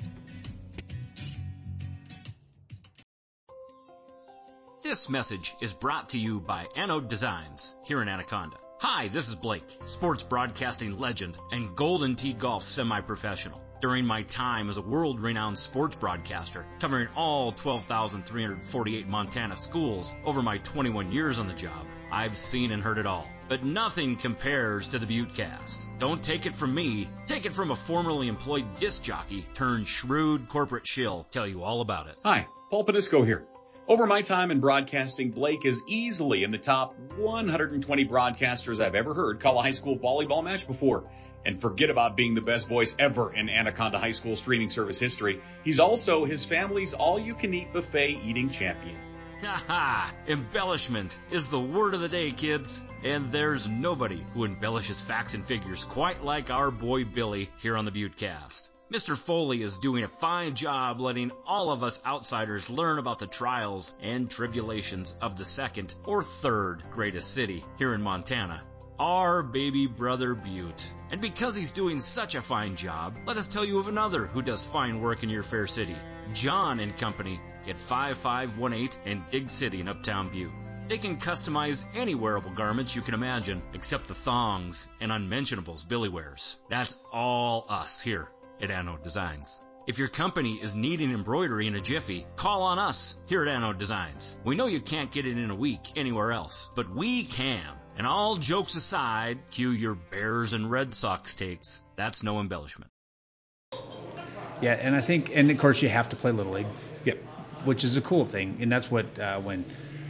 Speaker 14: This message is brought to you by Anode Designs here in Anaconda. Hi, this is Blake, sports broadcasting legend and Golden Tee Golf semi professional. During my time as a world renowned sports broadcaster, covering all 12,348 Montana schools over my 21 years on the job, I've seen and heard it all. But nothing compares to the Buttecast. Don't take it from me, take it from a formerly employed disc jockey turned shrewd corporate shill. Tell you all about it.
Speaker 15: Hi, Paul Panisco here. Over my time in broadcasting, Blake is easily in the top 120 broadcasters I've ever heard call a high school volleyball match before. And forget about being the best voice ever in Anaconda High School streaming service history. He's also his family's all you can eat buffet eating champion.
Speaker 14: Haha! Embellishment is the word of the day, kids. And there's nobody who embellishes facts and figures quite like our boy Billy here on the Buttecast. Mr. Foley is doing a fine job letting all of us outsiders learn about the trials and tribulations of the second or third greatest city here in Montana. Our baby brother Butte. And because he's doing such a fine job, let us tell you of another who does fine work in your fair city. John and Company at 5518 and Dig City in Uptown Butte. They can customize any wearable garments you can imagine, except the thongs and unmentionables Billy wears. That's all us here at Anno Designs. If your company is needing embroidery in a jiffy, call on us here at Anno Designs. We know you can't get it in a week anywhere else, but we can. And all jokes aside, cue your Bears and Red Sox takes. That's no embellishment.
Speaker 4: Yeah, and I think, and of course, you have to play Little League.
Speaker 8: Yep.
Speaker 4: Which is a cool thing, and that's what uh, when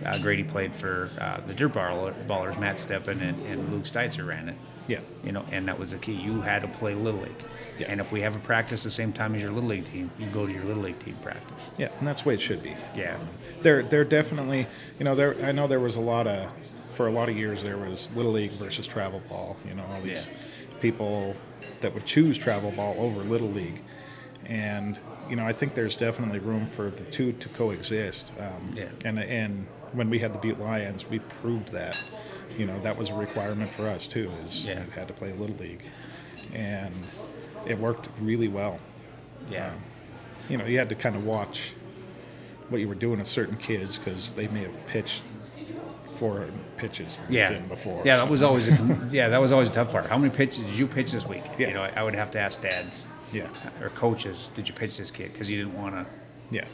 Speaker 4: uh, Grady played for uh, the Dirt Baller- Ballers, Matt Steppen and, and Luke Steitzer ran it.
Speaker 8: Yeah.
Speaker 4: You know, and that was the key. You had to play Little League.
Speaker 8: Yeah.
Speaker 4: And if we have a practice the same time as your Little League team, you go to your Little League team practice.
Speaker 8: Yeah, and that's the way it should be.
Speaker 4: Yeah.
Speaker 8: They're they're definitely you know there I know there was a lot of for a lot of years there was little league versus travel ball. You know all these people that would choose travel ball over little league, and you know I think there's definitely room for the two to coexist. Um,
Speaker 4: Yeah.
Speaker 8: And and when we had the Butte Lions, we proved that. You know that was a requirement for us too. Is you had to play little league, and it worked really well.
Speaker 4: Yeah.
Speaker 8: Um, you know, you had to kind of watch what you were doing to certain kids because they may have pitched four pitches the
Speaker 4: Yeah.
Speaker 8: weekend before.
Speaker 4: Yeah, that was
Speaker 8: so- <laughs>
Speaker 4: always a, <laughs> yeah that was always a tough part. How many pitches did you pitch this week?
Speaker 8: Yeah.
Speaker 4: You know, I, I would have to ask dads.
Speaker 8: Yeah.
Speaker 4: Or coaches, did you pitch this kid? Because you didn't want to.
Speaker 8: Yeah.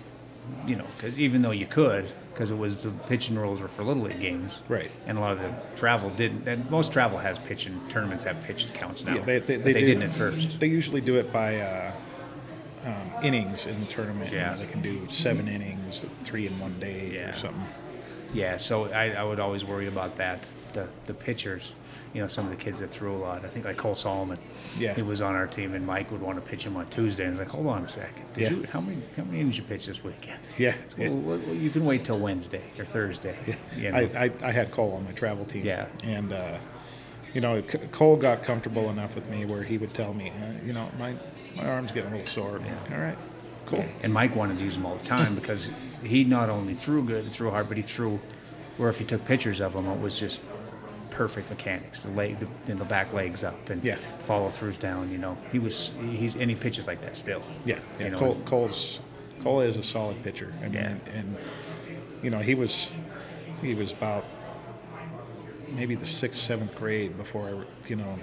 Speaker 4: You know, 'cause even though you could, because it was the pitching rules were for little league games.
Speaker 8: Right.
Speaker 4: And a lot of the travel didn't. And most travel has pitching tournaments have pitched counts now.
Speaker 8: Yeah, they they,
Speaker 4: but
Speaker 8: they do-
Speaker 4: didn't at first.
Speaker 8: They usually do it by uh, um, innings in the tournament. You know,
Speaker 4: Yeah.
Speaker 8: they can do seven innings, three in one day, or something.
Speaker 4: Yeah, so I, I would always worry about that. The the pitchers, you know, some of the kids that threw a lot. I think like Cole Solomon.
Speaker 8: Yeah.
Speaker 4: He was on our team, and Mike would want to pitch him on Tuesday, and I was like, hold on a second. Did
Speaker 8: Yeah.
Speaker 4: you, how many how many innings you pitch this weekend?
Speaker 8: Yeah,
Speaker 4: Well,
Speaker 8: yeah.
Speaker 4: well, well, you can wait till Wednesday or Thursday. you know.
Speaker 8: I, I, I had Cole on my travel team.
Speaker 4: Yeah.
Speaker 8: And, uh, you know, C- Cole got comfortable enough with me where he would tell me, uh, you know, my, my arm's getting a little sore. All right, cool.
Speaker 4: And Mike wanted to use them all the time because he not only threw good and threw hard, but he threw where if he took pictures of them, it was just perfect mechanics. The leg, the, the back legs up and
Speaker 8: Yeah.
Speaker 4: follow throughs down. You know, he was he's and he pitches like that still.
Speaker 8: Yeah, yeah.
Speaker 4: You know,
Speaker 8: Cole, Cole's Cole is a solid pitcher. I mean,
Speaker 4: Yeah.
Speaker 8: and, you know he was he was about maybe the sixth, seventh grade before I, re- you know,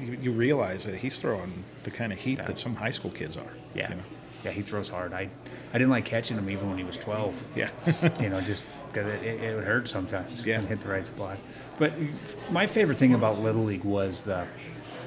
Speaker 8: you, you realize that he's throwing the kind of heat that some high school kids are.
Speaker 4: Yeah. Yeah, he throws hard. I, I didn't like catching him even when he was 12.
Speaker 8: Yeah.
Speaker 4: you know, just because it, it, it would hurt sometimes.
Speaker 8: Yeah.
Speaker 4: And hit the right spot. But my favorite thing about Little League was the,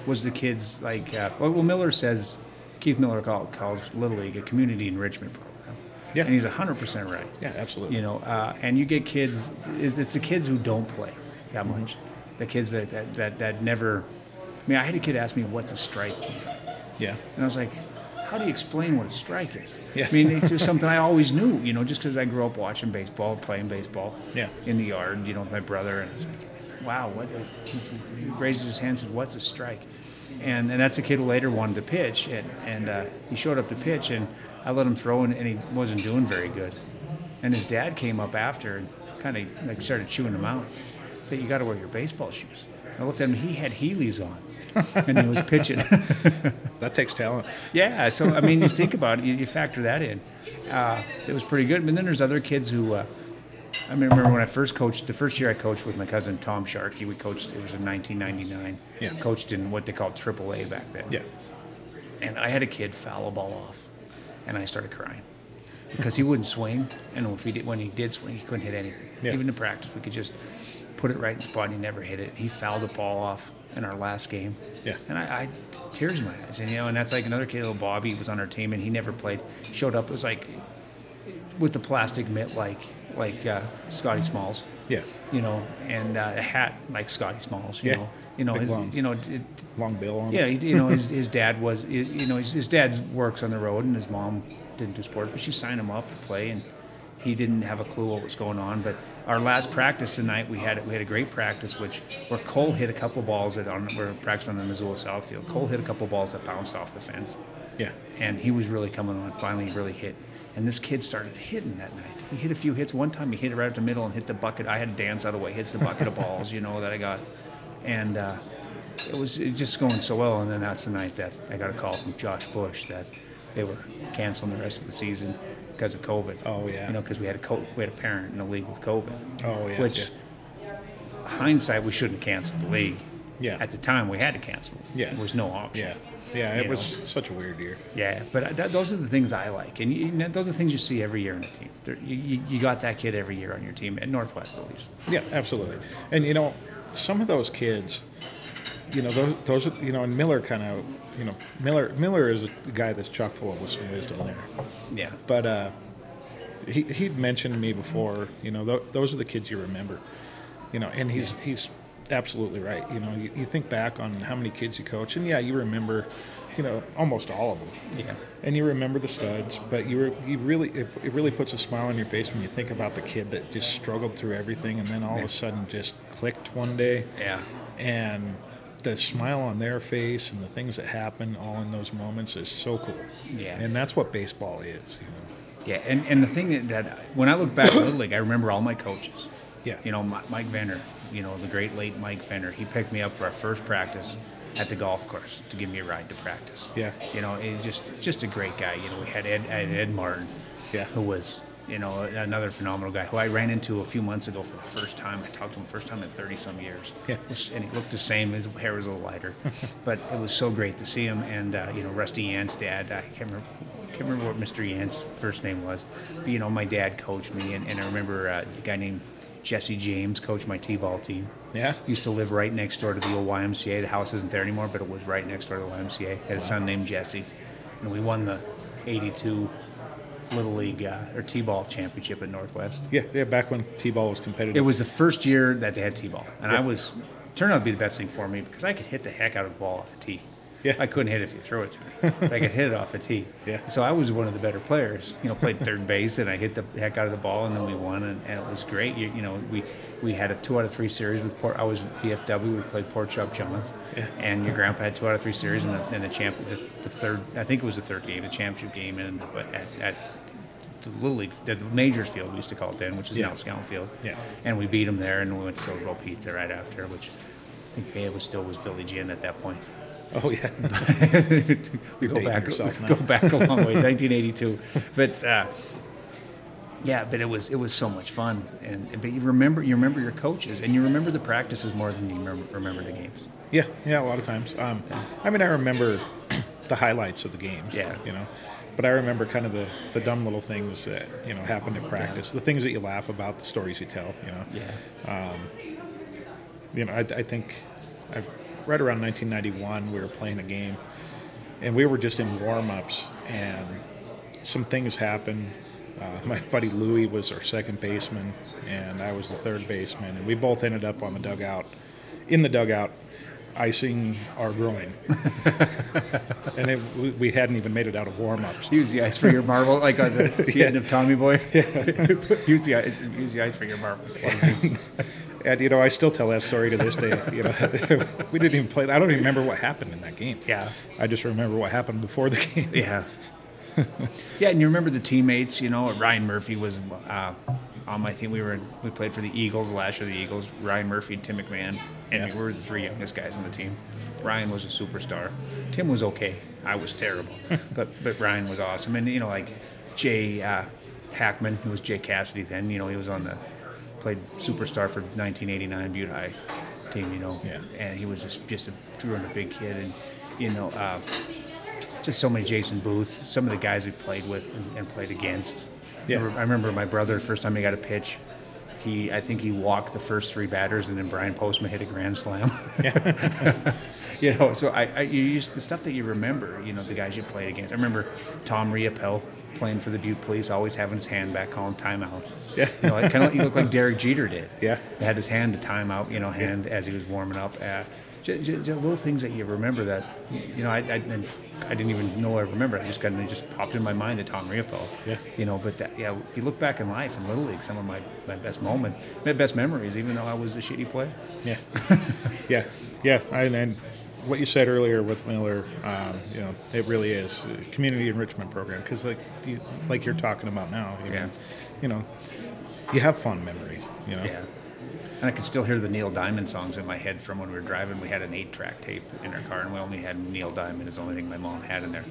Speaker 4: was the kids like, uh, well, well, Miller says, Keith Miller call, calls Little League a community enrichment program.
Speaker 8: Yeah.
Speaker 4: And he's 100% right.
Speaker 8: Yeah, absolutely.
Speaker 4: You know, uh, and you get kids. It's, it's the kids who don't play that
Speaker 8: Mm-hmm.
Speaker 4: much. The kids that, that that that never. I mean, I had a kid ask me, "What's a strike?" one time?
Speaker 8: Yeah.
Speaker 4: And I was like, <laughs> "How do you explain what a strike is?"
Speaker 8: Yeah.
Speaker 4: I mean, it's just something I always knew. You know, just because I grew up watching baseball, playing baseball.
Speaker 8: Yeah.
Speaker 4: In the yard, you know, with my brother, and it's like, "Wow, what?" He raises his hand, and says, "What's a strike?" And and that's a kid who later wanted to pitch, and and uh, he showed up to pitch, and I let him throw, and, and he wasn't doing very good. And his dad came up after and kind of like started chewing him out. Said, "You got to wear your baseball shoes." I looked at him. He had Heelys on, and he was pitching. <laughs>
Speaker 8: that takes talent.
Speaker 4: Yeah. So I mean, you think about it. You, you factor that in. Uh, it was pretty good. But then there's other kids who. Uh, I mean, remember when I first coached. The first year I coached with my cousin Tom Shark. He would coach. It was in 1999.
Speaker 8: Yeah.
Speaker 4: Coached in what they called AAA back then.
Speaker 8: Yeah.
Speaker 4: And I had a kid foul a ball off, and I started crying because he wouldn't swing, and if he did, when he did swing, he couldn't hit anything.
Speaker 8: Yeah.
Speaker 4: Even in practice, we could just put it right in the spot, and he never hit it. He fouled the ball off in our last game.
Speaker 8: Yeah.
Speaker 4: And I, I tears in my eyes, and you know, and that's like another kid, little Bobby, was on our team, and he never played. Showed up, it was like with the plastic mitt, like like uh, Scotty Smalls.
Speaker 8: Yeah.
Speaker 4: You know, and uh, a hat like Scotty Smalls.
Speaker 8: <laughs>
Speaker 4: You
Speaker 8: Yeah.
Speaker 4: Know? You know,
Speaker 8: Big
Speaker 4: his,
Speaker 8: long-
Speaker 4: you know, it,
Speaker 8: long bill on.
Speaker 4: Yeah,
Speaker 8: it.
Speaker 4: you
Speaker 8: <laughs>
Speaker 4: know, his, his dad was, you know, his, his dad works on the road, and his mom didn't do sports, but she signed him up to play, and he didn't have a clue what was going on. But our last practice tonight, we had we had a great practice, which where Cole hit a couple balls that on we're practicing on the Missoula South Field. Cole hit a couple balls that bounced off the fence
Speaker 8: Yeah.
Speaker 4: and he was really coming on. Finally, really hit. And this kid started hitting that night. He hit a few hits. One time, he hit it right up the middle and hit the bucket. I had to dance out of the way. Hits the bucket of balls, you know, that I got. And uh, it was it just going so well, and then that's the night that I got a call from Josh Bush that they were canceling the rest of the season because of COVID.
Speaker 8: Oh yeah.
Speaker 4: You know, because we had a co- we had a parent in the league with COVID.
Speaker 8: Oh, yeah,
Speaker 4: Which hindsight, we shouldn't have canceled the league.
Speaker 8: Yeah.
Speaker 4: At the time, we had to cancel.
Speaker 8: Yeah.
Speaker 4: There was no option.
Speaker 8: Yeah. Yeah, it
Speaker 4: You
Speaker 8: was such a weird year.
Speaker 4: Yeah, but that, those are the things I like, and you, you know, those are the things you see every year in a team. There, you, you- you got that kid every year on your team at Northwest at least.
Speaker 8: Yeah, absolutely. And you know, some of those kids, you know, those, those are, you know, and Miller kind of, you know, Miller Miller is a guy that's chock full of some wisdom there.
Speaker 4: Yeah.
Speaker 8: But uh, he he'd mentioned to me before, you know, th- those are the kids you remember, you know, and he's he's absolutely right. You know, you, you think back on how many kids you coach, and yeah, you remember, you know, almost all of them.
Speaker 4: Yeah.
Speaker 8: And you remember the studs, but you were, you really it, it really puts a smile on your face when you think about the kid that just struggled through everything, and then all of
Speaker 4: Yeah.
Speaker 8: a sudden just clicked one day,
Speaker 4: Yeah.
Speaker 8: and the smile on their face and the things that happen all in those moments is so cool.
Speaker 4: Yeah.
Speaker 8: And that's what baseball is. You know?
Speaker 4: Yeah, and, and the thing that, that I- when I look back at Little League, I remember all my coaches.
Speaker 8: Yeah.
Speaker 4: You know, Mi- Mike Venner, you know, the great late Mike Venner, he picked me up for our first practice at the golf course to give me a ride to practice.
Speaker 8: Yeah.
Speaker 4: You know, and just just a great guy. You know, we had Ed, I had Ed Martin,
Speaker 8: yeah.
Speaker 4: who was, you know, another phenomenal guy who I ran into a few months ago for the first time. I talked to him first time in 30 some years.
Speaker 8: Yeah.
Speaker 4: Was- And he looked the same. His hair was a little
Speaker 8: <laughs>
Speaker 4: lighter. but it was so great to see him. And, uh, you know, Rusty Yant's dad, I can't remember. I can't remember what Mr. Yant's first name was, but you know, my dad coached me, and, and I remember uh, a guy named Jesse James coached my T-ball team.
Speaker 8: Yeah.
Speaker 4: used to live right next door to the old YMCA. The house isn't there anymore, but it was right next door to the YMCA. Had a son named Jesse, and we won the '82 Little League uh, or T-ball championship at Northwest.
Speaker 8: Yeah, yeah. Back when T-ball was competitive.
Speaker 4: It was the first year that they had T-ball, and I
Speaker 8: Yeah.
Speaker 4: was turned out to be the best thing for me because I could hit the heck out of the ball off a tee.
Speaker 8: Yeah.
Speaker 4: I couldn't hit it if you threw it to me. but I could hit it off a tee.
Speaker 8: <laughs> Yeah.
Speaker 4: So I was one of the better players. You know, played third base and I hit the heck out of the ball and then we won and, and it was great. You, you know, we we had a two out of three series with Port. I was VFW. We played Port Chop Johns.
Speaker 8: Yeah.
Speaker 4: And your grandpa had two out of three series and the, and the champ the, the third. I think it was the third game, the championship game, and but at, at the little league, the the majors field we used to call it then, which is
Speaker 8: Yeah.
Speaker 4: now Scout Field.
Speaker 8: Yeah.
Speaker 4: And we beat them there, and we went to Silver Bowl Pizza right after, which I think Bea was still was Village Inn at that point.
Speaker 8: Oh yeah.
Speaker 4: <laughs> we
Speaker 8: You're
Speaker 4: go
Speaker 8: dating
Speaker 4: back,
Speaker 8: yourself now.
Speaker 4: go back a long
Speaker 8: <laughs>
Speaker 4: ways, 1982. But uh, yeah, but it was it was so much fun, and but you remember you remember your coaches, and you remember the practices more than you remember, remember the games.
Speaker 8: Yeah, yeah, a lot of times. Um, I mean, I remember <clears throat> the highlights of the games.
Speaker 4: Yeah.
Speaker 8: You know, but I remember kind of the, the dumb little things that you know happened in practice, the things that you laugh about, the stories you tell. You know. Yeah. Um, you know, I, I think i right around 1991 we were playing a game, and we were just in warm ups, and some things happened. Uh, my buddy Louie was our second baseman, and I was the third baseman, and we both ended up on the dugout, in the dugout, icing our groin, <laughs> and it, we, we hadn't even made it out of warm ups.
Speaker 4: Use the ice for your marble,
Speaker 8: <laughs>
Speaker 4: like on the, the end of Tommy Boy. use the ice, use the ice for your marbles.
Speaker 8: <laughs> And you know, I still tell that story to this day. You know, <laughs> we didn't even play. I don't even remember what happened in that game.
Speaker 4: Yeah.
Speaker 8: I just remember what happened before the game.
Speaker 4: Yeah. Yeah, and you remember the teammates. You know, Ryan Murphy was uh, on my team. We were we played for the Eagles last year. The Eagles, Ryan Murphy, Tim McMahon, and we were the three youngest guys on the team. Ryan was a superstar. Tim was okay. I was terrible, <laughs> but but Ryan was awesome. And you know, like Jay uh, Hackman, who was Jay Cassidy then. You know, he was on the played superstar for 1989 Butte High team. You know, yeah. and he was just just a drew and a big kid, and you know. Uh, just so many Jason Booth, some of the guys we played with and, and played against.
Speaker 8: Yeah.
Speaker 4: I remember- I remember my brother first time he got a pitch. He, I think he walked the first three batters, and then Brian Postman hit a grand slam. <laughs> you know, so I, I you just the stuff that you remember. You know, the guys you played against. I remember Tom Riopel playing for the Butte Police, always having his hand back, calling timeouts.
Speaker 8: Yeah.
Speaker 4: you know, like, kind of you look like Derek Jeter did.
Speaker 8: Yeah.
Speaker 4: He had his hand to time out, you know, hand as he was warming up. Uh, j- j- j- little things that you remember that, you know, I, I, and I didn't even know I remembered. I just kind of just popped in my mind that Tom Riopel.
Speaker 8: Yeah.
Speaker 4: You know, but that, yeah, you look back in life in Little League, some of my, my best moments, my best memories, even though I was a shitty player.
Speaker 8: <laughs> Yeah, yeah, yeah. And, and what you said earlier with Miller, um, you know, it really is a community enrichment program because, like, you, like you're talking about now, you, yeah. you know, you have fond memories. You know,
Speaker 4: Yeah. And I could still hear the Neil Diamond songs in my head from when we were driving. We had an eight track tape in our car, and we only had Neil Diamond, is the only thing my mom had in there.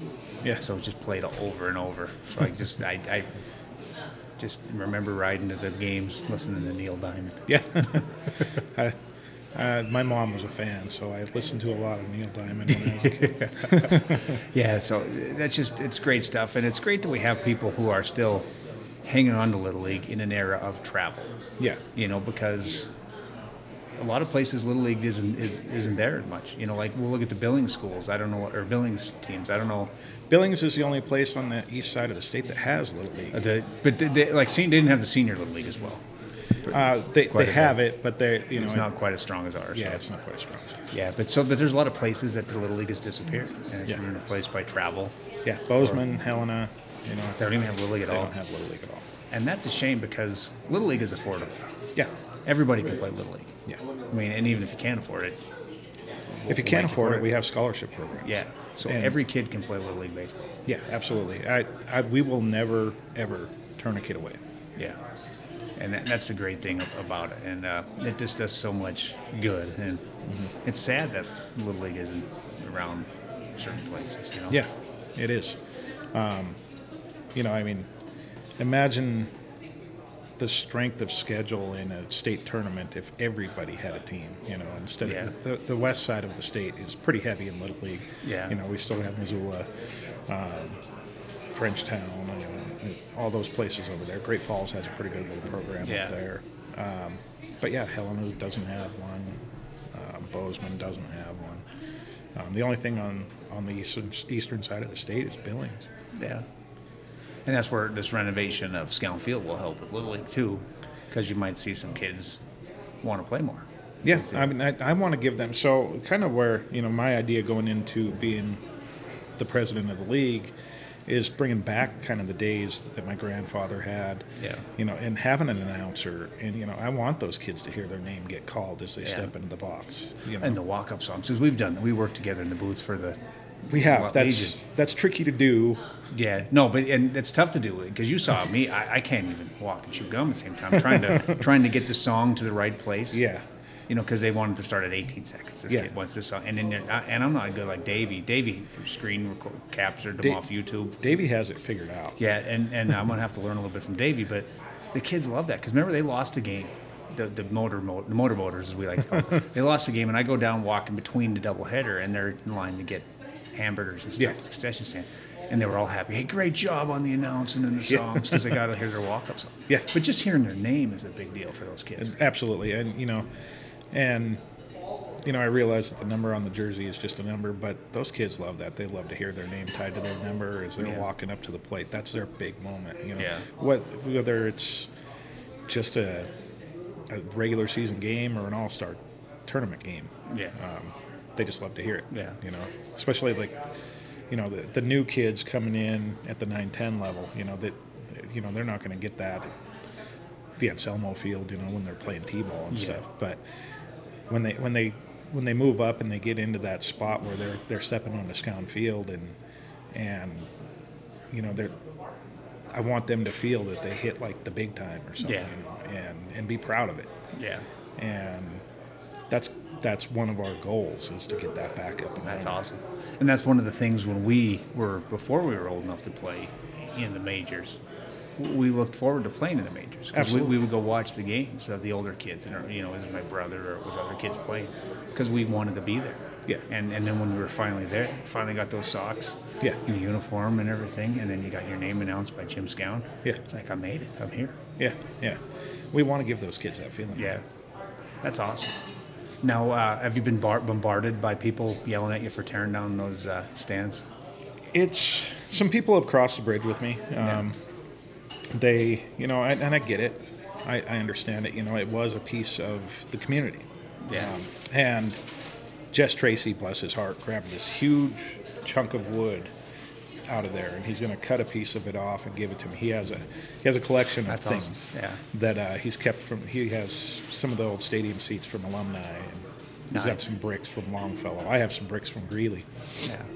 Speaker 8: Yeah.
Speaker 4: So it just played over and over. So I just, I, I just remember riding to the games listening to Neil Diamond.
Speaker 8: Yeah. <laughs> I, uh, my mom was a fan, so I listened to a lot of Neil Diamond when I was a kid.
Speaker 4: <laughs>
Speaker 8: <laughs>
Speaker 4: yeah, so that's just it's great stuff, and it's great that we have people who are still hanging on to Little League in an era of travel.
Speaker 8: Yeah.
Speaker 4: you know because a lot of places Little League isn't is, isn't there much. You know, like we'll look at the Billings schools. I don't know what or Billings teams. I don't know.
Speaker 8: Billings is the only place on the east side of the state that has Little League.
Speaker 4: Uh, the- but they, they, like, senior didn't have the senior Little League as well.
Speaker 8: Uh, they
Speaker 4: Quite
Speaker 8: they
Speaker 4: a
Speaker 8: have
Speaker 4: bit.
Speaker 8: it, but they you know
Speaker 4: it's not quite as strong as ours.
Speaker 8: Yeah,
Speaker 4: so.
Speaker 8: it's not quite as strong. as ours.
Speaker 4: Yeah, but so but there's a lot of places that the Little League has disappeared, and it's
Speaker 8: Yeah.
Speaker 4: been replaced by travel.
Speaker 8: Yeah, Bozeman, Helena, you know,
Speaker 4: they don't even have Little League at
Speaker 8: they
Speaker 4: all.
Speaker 8: don't have Little League at all.
Speaker 4: And that's a shame because Little League is affordable.
Speaker 8: Yeah.
Speaker 4: Everybody can play Little League.
Speaker 8: Yeah.
Speaker 4: I mean, and even if you can't afford it.
Speaker 8: If you
Speaker 4: we
Speaker 8: can't
Speaker 4: like
Speaker 8: afford it, we have scholarship programs.
Speaker 4: Yeah. So
Speaker 8: And-
Speaker 4: every kid can play Little League baseball.
Speaker 8: Yeah, absolutely. I, I we will never ever turn a kid away.
Speaker 4: Yeah. And that, that's the great thing ab- about it. And uh, it just does so much good. And
Speaker 8: Mm-hmm.
Speaker 4: it's sad that Little League isn't around certain places, you know?
Speaker 8: Yeah, it is. Um, you know, I mean, imagine the strength of schedule in a state tournament if everybody had a team. You know, instead
Speaker 4: Yeah.
Speaker 8: of the, the west side of the state is pretty heavy in little league.
Speaker 4: Yeah.
Speaker 8: You know, we still have Missoula, um, Frenchtown, you know, and all those places over there. Great Falls has a pretty good little program
Speaker 4: Yeah.
Speaker 8: up there. Um, but yeah, Helena doesn't have one. Uh, Bozeman doesn't have one. Um, the only thing on, on the eastern, eastern side of the state is Billings.
Speaker 4: Yeah. And that's where this renovation of Scound Field will help with Little League too, because you might see some kids want to play more.
Speaker 8: Yeah, I mean, I, I want to give them so kind of where you know my idea going into being the president of the league is bringing back kind of the days that my grandfather had.
Speaker 4: Yeah.
Speaker 8: You know, and having an announcer, and you know, I want those kids to hear their name get called as they
Speaker 4: Yeah.
Speaker 8: step into the box. You know,
Speaker 4: And the walk-up songs, because we've done, we worked together in the booths for the.
Speaker 8: we have
Speaker 4: Well,
Speaker 8: that's
Speaker 4: Legion.
Speaker 8: that's tricky to do.
Speaker 4: Yeah, no, but and it's tough to do because you saw me. I, I can't even walk and chew gum at the same time.
Speaker 8: <laughs>
Speaker 4: Trying to trying to get the song to the right place.
Speaker 8: Yeah.
Speaker 4: You know, because they wanted to start at 18 seconds. This
Speaker 8: Yeah.
Speaker 4: kid wants this song, and then they're- and I'm not good like Davey. Davey screen record, captured them
Speaker 8: Da-
Speaker 4: off YouTube.
Speaker 8: Davey has it figured out.
Speaker 4: Yeah, and, and I'm gonna have to learn a little bit from Davey, but the kids love that because remember they lost a game, the the motor mo- the motor motors as we like to call
Speaker 8: <laughs>
Speaker 4: them. they lost the game, and I go down walking between the doubleheader, and they're in line to get hamburgers and stuff
Speaker 8: Yeah.
Speaker 4: at the concession stand, and they were all happy. Hey, great job on the announcing and the
Speaker 8: Yeah.
Speaker 4: songs because
Speaker 8: <laughs>
Speaker 4: they got to hear their walk up song.
Speaker 8: Yeah.
Speaker 4: but just hearing their name is a big deal for those kids.
Speaker 8: Absolutely, and you know, and you know, I realize that the number on the jersey is just a number, but those kids love that. They love to hear their name tied to their number as they're
Speaker 4: Yeah.
Speaker 8: walking up to the plate. That's their big moment. You know,
Speaker 4: Yeah.
Speaker 8: what whether it's just a, a regular season game or an All Star tournament game.
Speaker 4: Yeah.
Speaker 8: um, they just love to hear it.
Speaker 4: Yeah.
Speaker 8: you know, especially like you know the, the new kids coming in at the 9-10 level. You know that you know they're not going to get that the Anselmo Field, you know, when they're playing t-ball and
Speaker 4: Yeah.
Speaker 8: stuff. But when they when they when they move up and they get into that spot where they're they're stepping onto Scound Field and and you know they're I want them to feel that they hit like the big time or something,
Speaker 4: Yeah.
Speaker 8: you know, and and be proud of it.
Speaker 4: Yeah,
Speaker 8: And that's that's one of our goals is to get that back up. and
Speaker 4: That's
Speaker 8: running.
Speaker 4: awesome. And that's one of the things when we were, before we were old enough to play in the majors, we looked forward to playing in the majors. 'Cause We,
Speaker 8: Absolutely.
Speaker 4: we would go watch the games of the older kids, and our- you know, it was my brother or it was other kids playing, because we wanted to be there.
Speaker 8: Yeah.
Speaker 4: And and then when we were finally there, finally got those socks,
Speaker 8: Yeah.
Speaker 4: and the uniform and everything, and then you got your name announced by Jim Scown.
Speaker 8: Yeah.
Speaker 4: It's like I made it. I'm here.
Speaker 8: Yeah, yeah. We want to give those kids that feeling.
Speaker 4: Yeah. That's awesome. Now, uh, have you been bar- bombarded by people yelling at you for tearing down those uh, stands?
Speaker 8: it's some people have crossed the bridge with me. Um, They, you know, and, and I get it. I, I understand it. You know, it was a piece of the community.
Speaker 4: Yeah.
Speaker 8: Um, and Jess Tracy, bless his heart, grabbed this huge chunk of wood out of there, and he's going to cut a piece of it off and give it to me. He has a he has a collection of
Speaker 4: That's awesome.
Speaker 8: things
Speaker 4: Yeah.
Speaker 8: that uh, he's kept from. He has some of the old stadium seats from alumni, and he's got
Speaker 4: Nice.
Speaker 8: some bricks from Longfellow. I have some bricks from Greeley.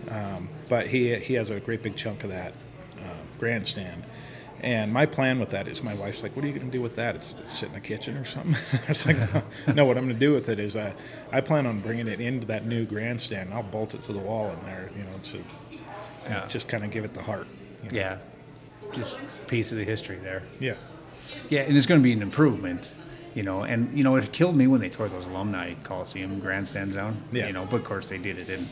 Speaker 4: Yeah.
Speaker 8: Um, but he he has a great big chunk of that uh, um, grandstand, And my plan with that is my wife's like, "What are you going to do with that? It's, sit in the kitchen or something." <laughs> I was like, no, "No, what I'm going to do with it is I, I plan on bringing it into that new grandstand. And I'll bolt it to the wall in there, you know, to
Speaker 4: Yeah.
Speaker 8: just kind of give it the heart." you know.
Speaker 4: Yeah. Just piece of the history there.
Speaker 8: Yeah.
Speaker 4: Yeah, and it's going to be an improvement, you know. And you know, it killed me when they tore those alumni coliseum grandstands down.
Speaker 8: Yeah.
Speaker 4: You know, but of course they did it in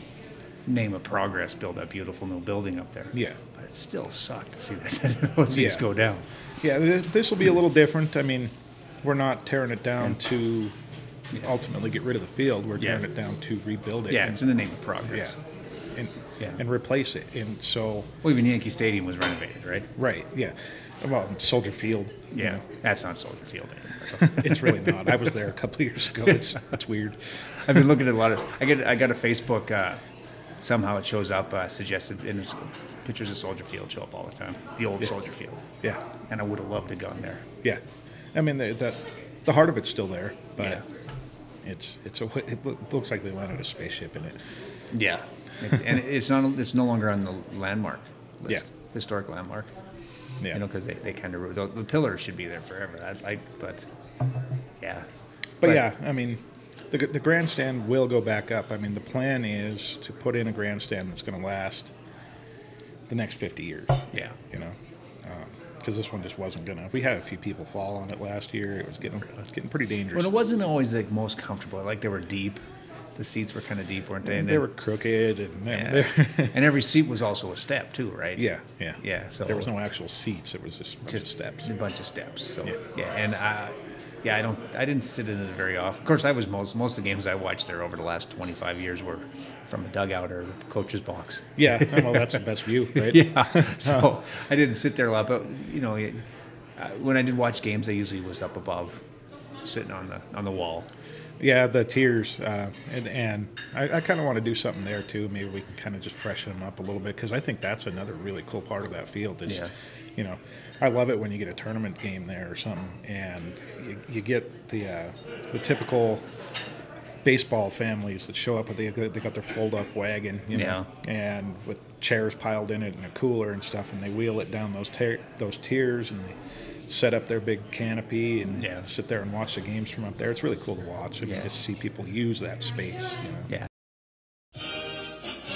Speaker 4: name of progress, build that beautiful new building up there.
Speaker 8: Yeah.
Speaker 4: But it still sucked to see that <laughs> those things
Speaker 8: Yeah.
Speaker 4: go down.
Speaker 8: Yeah, this will be a little different. I mean, we're not tearing it down to ultimately get rid of the field. We're
Speaker 4: Yeah.
Speaker 8: tearing it down to rebuild it.
Speaker 4: Yeah,
Speaker 8: and-
Speaker 4: it's in the name of progress.
Speaker 8: Yeah, and and replace it. And so,
Speaker 4: Well, even Yankee Stadium was renovated, right?
Speaker 8: right, yeah. Well, Soldier Field. you
Speaker 4: Yeah,
Speaker 8: know.
Speaker 4: that's not Soldier Field.
Speaker 8: it's really not. I was there a couple of years ago. It's it's weird.
Speaker 4: I've been looking at a lot of. I get. I got a Facebook. Uh, somehow it shows up uh, suggested in this, pictures of Soldier Field show up all the time. The old
Speaker 8: Yeah.
Speaker 4: Soldier Field.
Speaker 8: Yeah.
Speaker 4: And I would have loved to gone there.
Speaker 8: Yeah, I mean the the, the heart of it's still there, but it's it's a it loo- looks like they landed a spaceship in it.
Speaker 4: Yeah. and it's not. It's no longer on the landmark list. Yeah. Historic landmark.
Speaker 8: Yeah.
Speaker 4: You know, because they, they kind of the, the pillars should be there forever. I'd like, but yeah.
Speaker 8: But, yeah, I mean, the, the grandstand will go back up. I mean, the plan is to put in a grandstand that's going to last the next 50 years.
Speaker 4: Yeah.
Speaker 8: You know, because this one just wasn't going to. We had a few people fall on it last year. It was getting it's getting pretty dangerous.
Speaker 4: Well, it wasn't always the most comfortable. Like they were deep. The seats were kind of deep, weren't they?
Speaker 8: they were crooked and
Speaker 4: Yeah.
Speaker 8: <laughs>
Speaker 4: and every seat was also a step too, right?
Speaker 8: Yeah, yeah,
Speaker 4: yeah. So
Speaker 8: there was no actual seats. It was just a bunch of steps.
Speaker 4: a bunch of steps. So yeah, and I, yeah, I don't, I didn't sit in it very often. Of course, I was most most of the games I watched there over the last 25 years were from a dugout or the coach's box. <laughs>
Speaker 8: Yeah, well, that's the best view, right? <laughs>
Speaker 4: yeah, so I didn't sit there a lot, but you know, it, uh, when I did watch games, I usually was up above, sitting on the on the wall.
Speaker 8: Yeah, the tears, uh, and and I, I kind of want to do something there too. Maybe we can kind of just freshen them up a little bit because I think that's another really cool part of that field. Is
Speaker 4: Yeah.
Speaker 8: you know, I love it when you get a tournament game there or something, and you, you get the uh, the typical baseball families that show up with they they got their fold up wagon, you know, and with chairs piled in it and a cooler and stuff, and they wheel it down those ter- those tiers and they set up their big canopy and sit there and watch the games from up there. It's really cool to watch and you just see people use that space. You know?
Speaker 4: Yeah.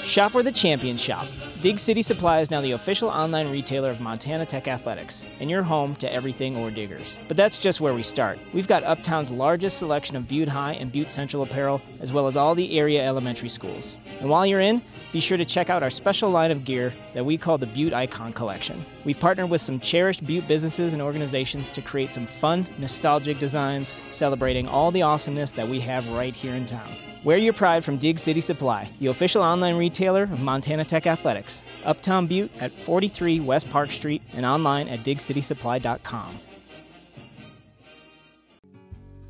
Speaker 12: Shop where the champions shop. Dig City Supply is now the official online retailer of Montana Tech Athletics, and your home to everything or diggers. But that's just where we start. We've got Uptown's largest selection of Butte High and Butte Central apparel, as well as all the area elementary schools. And while you're in, be sure to check out our special line of gear that we call the Butte Icon Collection. We've partnered with some cherished Butte businesses and organizations to create some fun, nostalgic designs celebrating all the awesomeness that we have right here in town. Wear your pride from Dig City Supply, the official online retailer of Montana Tech Athletics. Uptown Butte at 43 West Park Street and online at digcitysupply.com.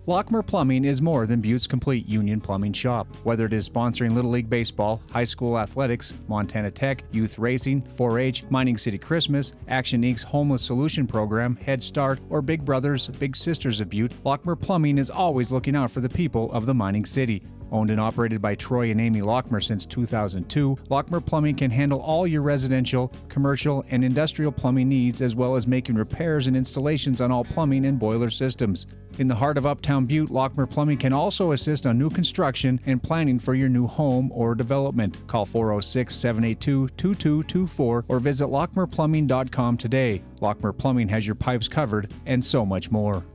Speaker 7: Lockmer Plumbing is more than Butte's complete union plumbing shop. Whether it is sponsoring Little League Baseball, high school athletics, Montana Tech, youth racing, 4 H, Mining City Christmas, Action Inc.'s Homeless Solution Program, Head Start, or Big Brothers, Big Sisters of Butte, Lockmer Plumbing is always looking out for the people of the mining city. Owned and operated by Troy and Amy Lockmer since 2002, Lockmer Plumbing can handle all your residential, commercial, and industrial plumbing needs as well as making repairs and installations on all plumbing and boiler systems. In the heart of Uptown Butte, Lockmer Plumbing can also assist on new construction and planning for your new home or development. Call 406 782 2224 or visit lockmerplumbing.com today. Lockmer Plumbing has your pipes covered and so much more.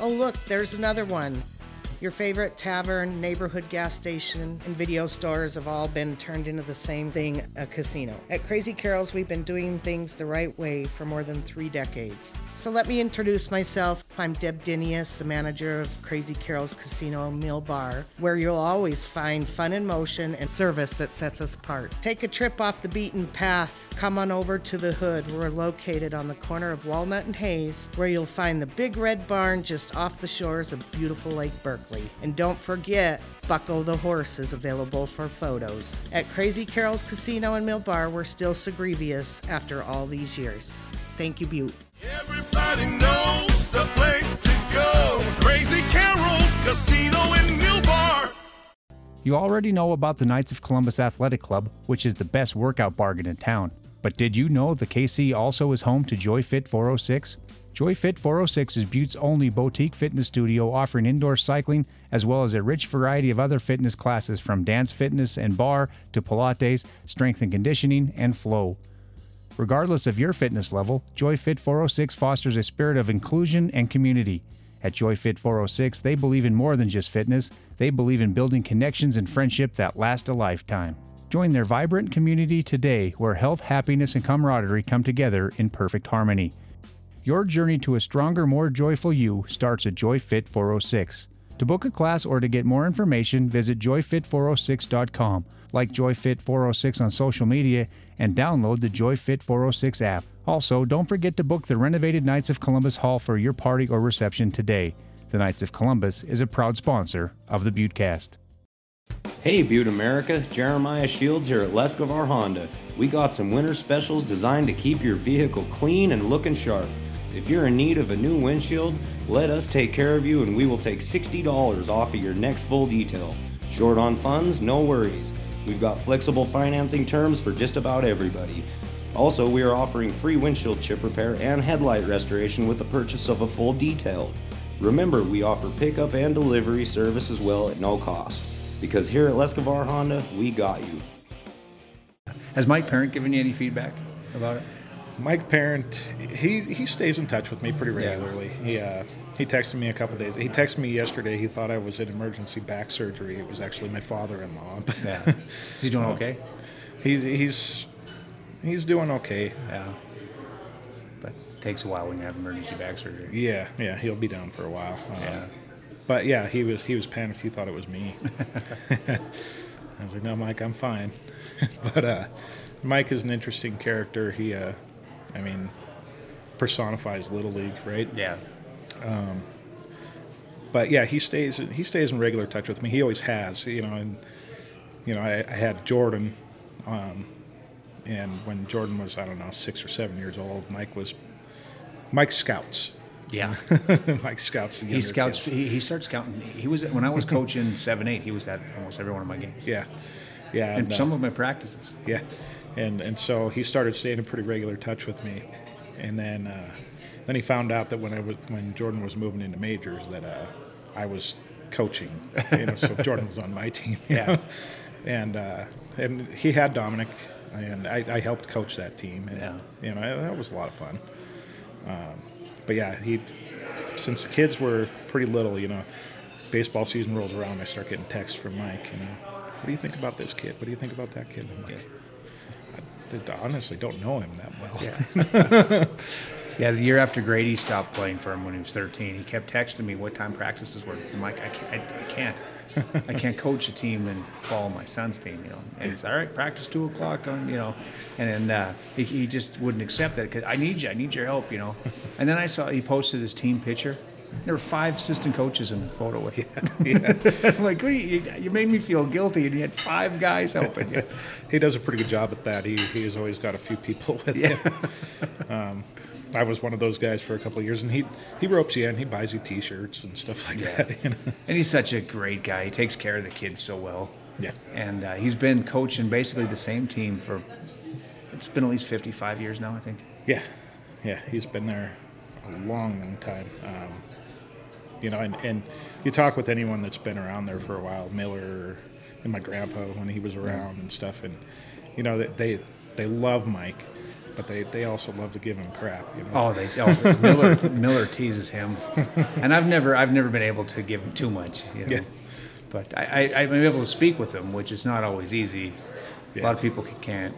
Speaker 16: Oh, look, there's another one. Your favorite tavern, neighborhood gas station, and video stores have all been turned into the same thing a casino. At Crazy Carol's, we've been doing things the right way for more than three decades. So let me introduce myself. I'm Deb Dinius, the manager of Crazy Carol's Casino and Meal Bar, where you'll always find fun in motion and service that sets us apart. Take a trip off the beaten path. Come on over to the hood. We're located on the corner of Walnut and Hayes, where you'll find the Big Red Barn just off the shores of beautiful Lake Berkeley. And don't forget, Buckle the Horse is available for photos. At Crazy Carol's Casino and Mill Bar, we're still Segrevious after all these years. Thank you, Butte.
Speaker 17: Everybody knows the place to go. Crazy Carol's Casino and Mill Bar.
Speaker 7: You already know about the Knights of Columbus Athletic Club, which is the best workout bargain in town. But did you know the KC also is home to JoyFit 406? JoyFit 406 is Butte's only boutique fitness studio offering indoor cycling as well as a rich variety of other fitness classes from dance fitness and bar to Pilates, strength and conditioning, and flow. Regardless of your fitness level, JoyFit 406 fosters a spirit of inclusion and community. At JoyFit 406, they believe in more than just fitness, they believe in building connections and friendship that last a lifetime. Join their vibrant community today where health, happiness, and camaraderie come together in perfect harmony. Your journey to a stronger, more joyful you starts at JoyFit 406. To book a class or to get more information, visit joyfit406.com, like JoyFit 406 on social media, and download the JoyFit 406 app. Also, don't forget to book the renovated Knights of Columbus Hall for your party or reception today. The Knights of Columbus is a proud sponsor of the Buttecast.
Speaker 18: Hey, Butte America, Jeremiah Shields here at Lescavar Honda. We got some winter specials designed to keep your vehicle clean and looking sharp. If you're in need of a new windshield, let us take care of you and we will take $60 off of your next full detail. Short on funds? No worries. We've got flexible financing terms for just about everybody. Also, we are offering free windshield chip repair and headlight restoration with the purchase of a full detail. Remember, we offer pickup and delivery service as well at no cost. Because here at Lescavar Honda, we got you.
Speaker 4: Has Mike Parent given you any feedback about it?
Speaker 8: Mike Parent, he he stays in touch with me pretty regularly. He uh, he texted me a couple days. He texted me yesterday. He thought I was in emergency back surgery. It was actually my father-in-law. <laughs>
Speaker 4: Yeah. Is he doing
Speaker 8: Uh,
Speaker 4: okay?
Speaker 8: He's he's he's doing okay.
Speaker 4: Yeah. But it takes a while when you have emergency back surgery.
Speaker 8: Yeah, yeah, he'll be down for a while. Uh,
Speaker 4: Yeah.
Speaker 8: But yeah, he was he was panicked. He thought it was me. <laughs> I was like, no, Mike, I'm fine. <laughs> but uh, Mike is an interesting character. He, uh, I mean, personifies Little League, right?
Speaker 4: Yeah.
Speaker 8: Um, but yeah, he stays he stays in regular touch with me. He always has, you know. And you know, I, I had Jordan, um, and when Jordan was I don't know six or seven years old, Mike was Mike scouts.
Speaker 4: Yeah.
Speaker 8: <laughs> Mike scouts. the
Speaker 4: He
Speaker 8: younger
Speaker 4: scouts.
Speaker 8: kids.
Speaker 4: He, he starts counting. He was when I was coaching seven, eight. He was at almost every one of my games.
Speaker 8: Yeah, yeah.
Speaker 4: And some
Speaker 8: uh,
Speaker 4: of my practices.
Speaker 8: Yeah, and and so he started staying in pretty regular touch with me, and then uh, then he found out that when I was when Jordan was moving into majors that uh, I was coaching, you
Speaker 4: <laughs>
Speaker 8: know, so Jordan was on my team. you
Speaker 4: Yeah.
Speaker 8: know? and uh, and he had Dominic, and I, I helped coach that team, and
Speaker 4: Yeah.
Speaker 8: you know that was a lot of fun. Um, but yeah, he since the kids were pretty little, you know, baseball season rolls around, I start getting texts from Mike, you know, what do you think about this kid? What do you think about that kid? I'm like, I, I honestly don't know him that well. <laughs>
Speaker 4: <laughs> Yeah, the year after Grady stopped playing for him when he was 13, he kept texting me what time practices were. I'm like, I can't, I, I can't, I can't coach a team and follow my son's team, you know. And he's all right, practice two o'clock on, you know. And then uh, he, he just wouldn't accept that because I need you, I need your help, you know. And then I saw he posted his team picture. There were five assistant coaches in his photo with you. <laughs> I'm like, what are you, you made me feel guilty, and you had five guys helping you.
Speaker 8: he does a pretty good job at that. He he's always got a few people <laughs> with him. Um, I was one of those guys for a couple of years, and he he ropes you in. He buys you T-shirts and stuff like
Speaker 4: Yeah.
Speaker 8: that. <laughs> You know?
Speaker 4: And he's such a great guy. He takes care of the kids so well.
Speaker 8: Yeah.
Speaker 4: And uh, he's been coaching basically the same team for, it's been at least 55 years now, I think.
Speaker 8: Yeah, yeah, he's been there a long, long time. Um, you know, and, and you talk with anyone that's been around there for a while, Miller and my grandpa when he was around and stuff, and you know that they they love Mike, but they, they also love to give him crap. You know?
Speaker 4: Oh, they oh, Miller Miller teases him, and I've never I've never been able to give him too much. You know?
Speaker 8: Yeah.
Speaker 4: But I, I I'm able to speak with him, which is not always easy. A lot of people ca- can't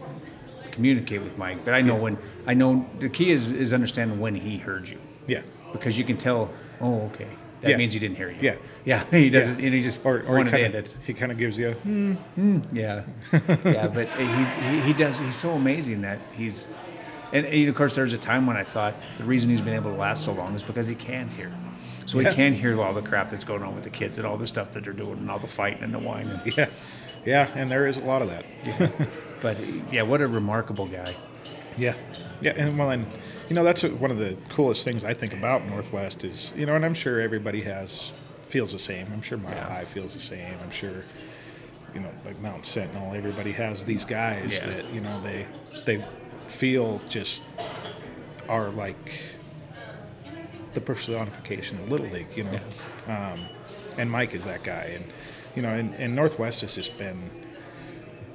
Speaker 4: communicate with Mike, but I know when I know the key is is understanding when he heard you.
Speaker 8: Yeah.
Speaker 4: Because you can tell. Oh, okay. That
Speaker 8: Yeah.
Speaker 4: means he didn't hear you.
Speaker 8: Yeah.
Speaker 4: Yeah. <laughs> He doesn't, and he just
Speaker 8: or, or
Speaker 4: wanted
Speaker 8: he
Speaker 4: to
Speaker 8: kinda,
Speaker 4: end it.
Speaker 8: He kind of gives you. a,
Speaker 4: Hmm, hmm, yeah, yeah, but he, he he does. He's so amazing that he's, and, and of course, there's a time when I thought the reason he's been able to last so long is because he can hear, so
Speaker 8: Yeah.
Speaker 4: he can hear all the crap that's going on with the kids and all the stuff that they're doing and all the fighting and the whining.
Speaker 8: Yeah, yeah, and there is a lot of that.
Speaker 4: but yeah, what a remarkable guy.
Speaker 8: Yeah, yeah, and well, and you know that's one of the coolest things I think about Northwest is you know, and I'm sure everybody has feels the same. I'm sure Mile High feels the same. I'm sure you know, like Mount Sentinel, everybody has these guys
Speaker 4: Yeah.
Speaker 8: that you know they they feel just are like the personification of Little League, you know. Um, and Mike is that guy, and you know, and, and Northwest has just been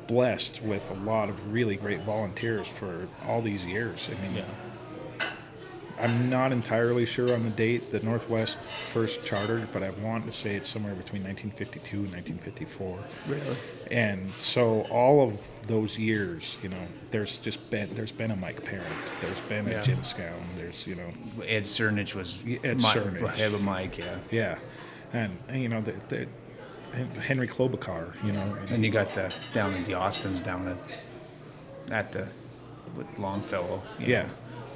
Speaker 8: blessed with a lot of really great volunteers for all these years. I mean, I'm not entirely sure on the date that Northwest first chartered, but I want to say it's somewhere between 1952 and 1954.
Speaker 19: Really?
Speaker 8: And so all of those years, you know, there's just been there's been a Mike Parent, there's been
Speaker 4: Yeah.
Speaker 8: a Jim Scown, there's you know
Speaker 4: Ed Cernich was
Speaker 8: Ed
Speaker 4: my,
Speaker 8: Cernich.
Speaker 4: head of Mike, yeah.
Speaker 8: yeah, and, and, you know the, the and Henry Klobuchar, you know,
Speaker 4: and you got the down in the Austins down at at the with Longfellow. you
Speaker 8: Yeah.
Speaker 4: know,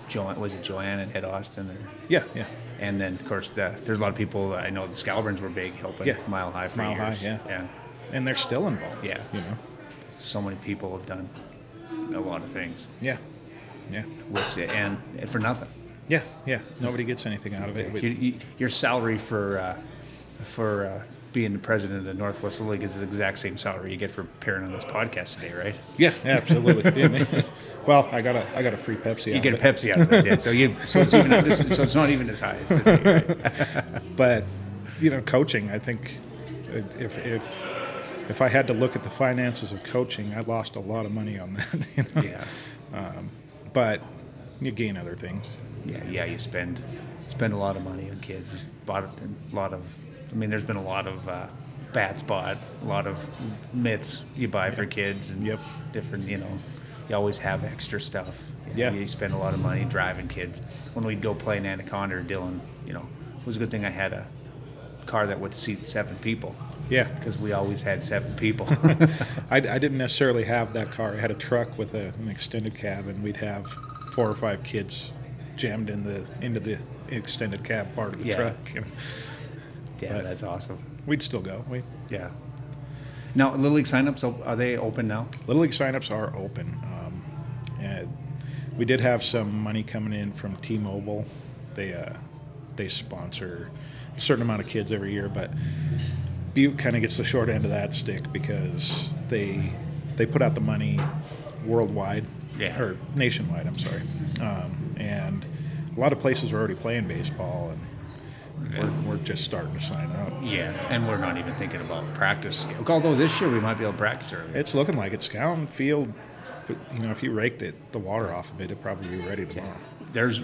Speaker 4: Joanne was it Joanne and Ed Austin or
Speaker 8: Yeah, yeah.
Speaker 4: And then of course the, there's a lot of people that I know the Scalburns were big helping
Speaker 8: Yeah.
Speaker 4: Mile High for
Speaker 8: Mile High,
Speaker 4: years.
Speaker 8: yeah.
Speaker 4: yeah.
Speaker 8: And they're still involved.
Speaker 4: Yeah.
Speaker 8: You know.
Speaker 4: So many people have done a lot of things.
Speaker 8: Yeah. Yeah.
Speaker 4: Which and, and for nothing.
Speaker 8: Yeah, yeah. Nobody gets anything out of it.
Speaker 4: You- you- your salary for uh, for uh, being the president of the Northwest League is the exact same salary you get for appearing on this podcast today, right?
Speaker 8: Yeah,
Speaker 4: <laughs>
Speaker 8: absolutely. Yeah, man. <laughs> well, I got a I got a free Pepsi.
Speaker 4: You
Speaker 8: out
Speaker 4: get
Speaker 8: of
Speaker 4: a Pepsi out of it, yeah. So you- so it's even- this is- so it's not even as high as today,
Speaker 8: <laughs> but you know, coaching. I think if if if I had to look at the finances of coaching, I lost a lot of money on that. <laughs> You know?
Speaker 4: Yeah.
Speaker 8: Um, but you gain other things.
Speaker 4: Yeah, yeah. You spend spend a lot of money on kids. A lot of, a lot of I mean, there's been a lot of uh, bats bought, a lot of mitts you buy for kids, and yep. different. You know, you always have extra stuff.
Speaker 8: Yeah.
Speaker 4: You spend a lot of money driving kids. When we'd go play in Anaconda or Dillon, you know, it was a good thing I had a car that would seat seven people.
Speaker 8: Yeah.
Speaker 4: Because we always had seven
Speaker 8: <laughs>
Speaker 4: people.
Speaker 8: I, I didn't necessarily have that car. I had a truck with a, an extended cab, and we'd have four or five kids jammed in the into the extended cab part of the
Speaker 4: Yeah.
Speaker 8: truck. You know.
Speaker 4: Yeah, that's awesome.
Speaker 8: We'd still go. We
Speaker 4: yeah. Now, Little League signups op- are they open now?
Speaker 8: Little League signups are open. Um, and we did have some money coming in from T-Mobile. They uh, they sponsor a certain amount of kids every year, but Butte kind of gets the short end of that stick because they they put out the money worldwide
Speaker 4: Yeah.
Speaker 8: or nationwide. I'm sorry, um, and a lot of places are already playing baseball, and we're, we're just starting to sign up.
Speaker 4: Yeah, and we're not even thinking about practice. Although this year we might be able to practice early.
Speaker 8: It's looking like it's Scown Field. But, you know, if you raked it, the water off of it, it'd probably be ready tomorrow.
Speaker 4: There's,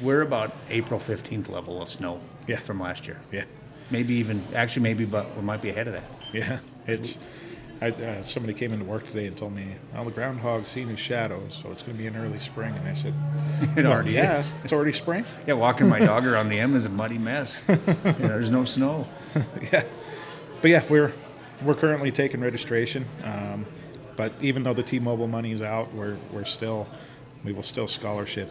Speaker 4: we're about April fifteenth level of snow. Yeah. From last year.
Speaker 8: Yeah.
Speaker 4: Maybe even actually maybe, but we might be ahead of that.
Speaker 8: <laughs> Yeah, it's. I, uh, somebody came into work today and told me, "Well, the groundhog's seen his shadows, so it's going to be an early spring." And I said,
Speaker 4: <laughs> It
Speaker 8: "Well,
Speaker 4: already
Speaker 8: yeah,
Speaker 4: is."
Speaker 8: it's already spring."
Speaker 4: Yeah, walking my dog around the M is a muddy <laughs> mess. You know, there's no snow.
Speaker 8: <laughs> yeah, but yeah, we're we're currently taking registration. Um, but even though the T-Mobile money is out, we're we're still we will still scholarship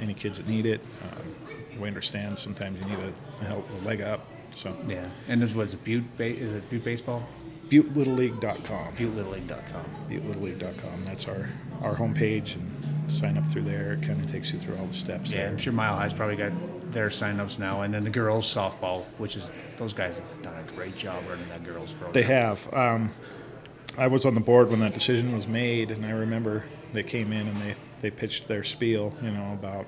Speaker 8: any kids that need it. Um, we understand sometimes you need a, a help a leg up. So
Speaker 4: Yeah, and this was Butte. Ba- is it Butte baseball?
Speaker 8: ButteLittleLeague.com.
Speaker 4: ButteLittleLeague.com.
Speaker 8: ButteLittleLeague.com. That's our our homepage and sign up through there. It kind of takes you through all the steps.
Speaker 4: Yeah, I'm
Speaker 8: there.
Speaker 4: sure Mile High's probably got their signups now, and then the girls softball, which is those guys have done a great job running that girls program.
Speaker 8: They have. Um, I was on the board when that decision was made, and I remember they came in and they, they pitched their spiel, you know, about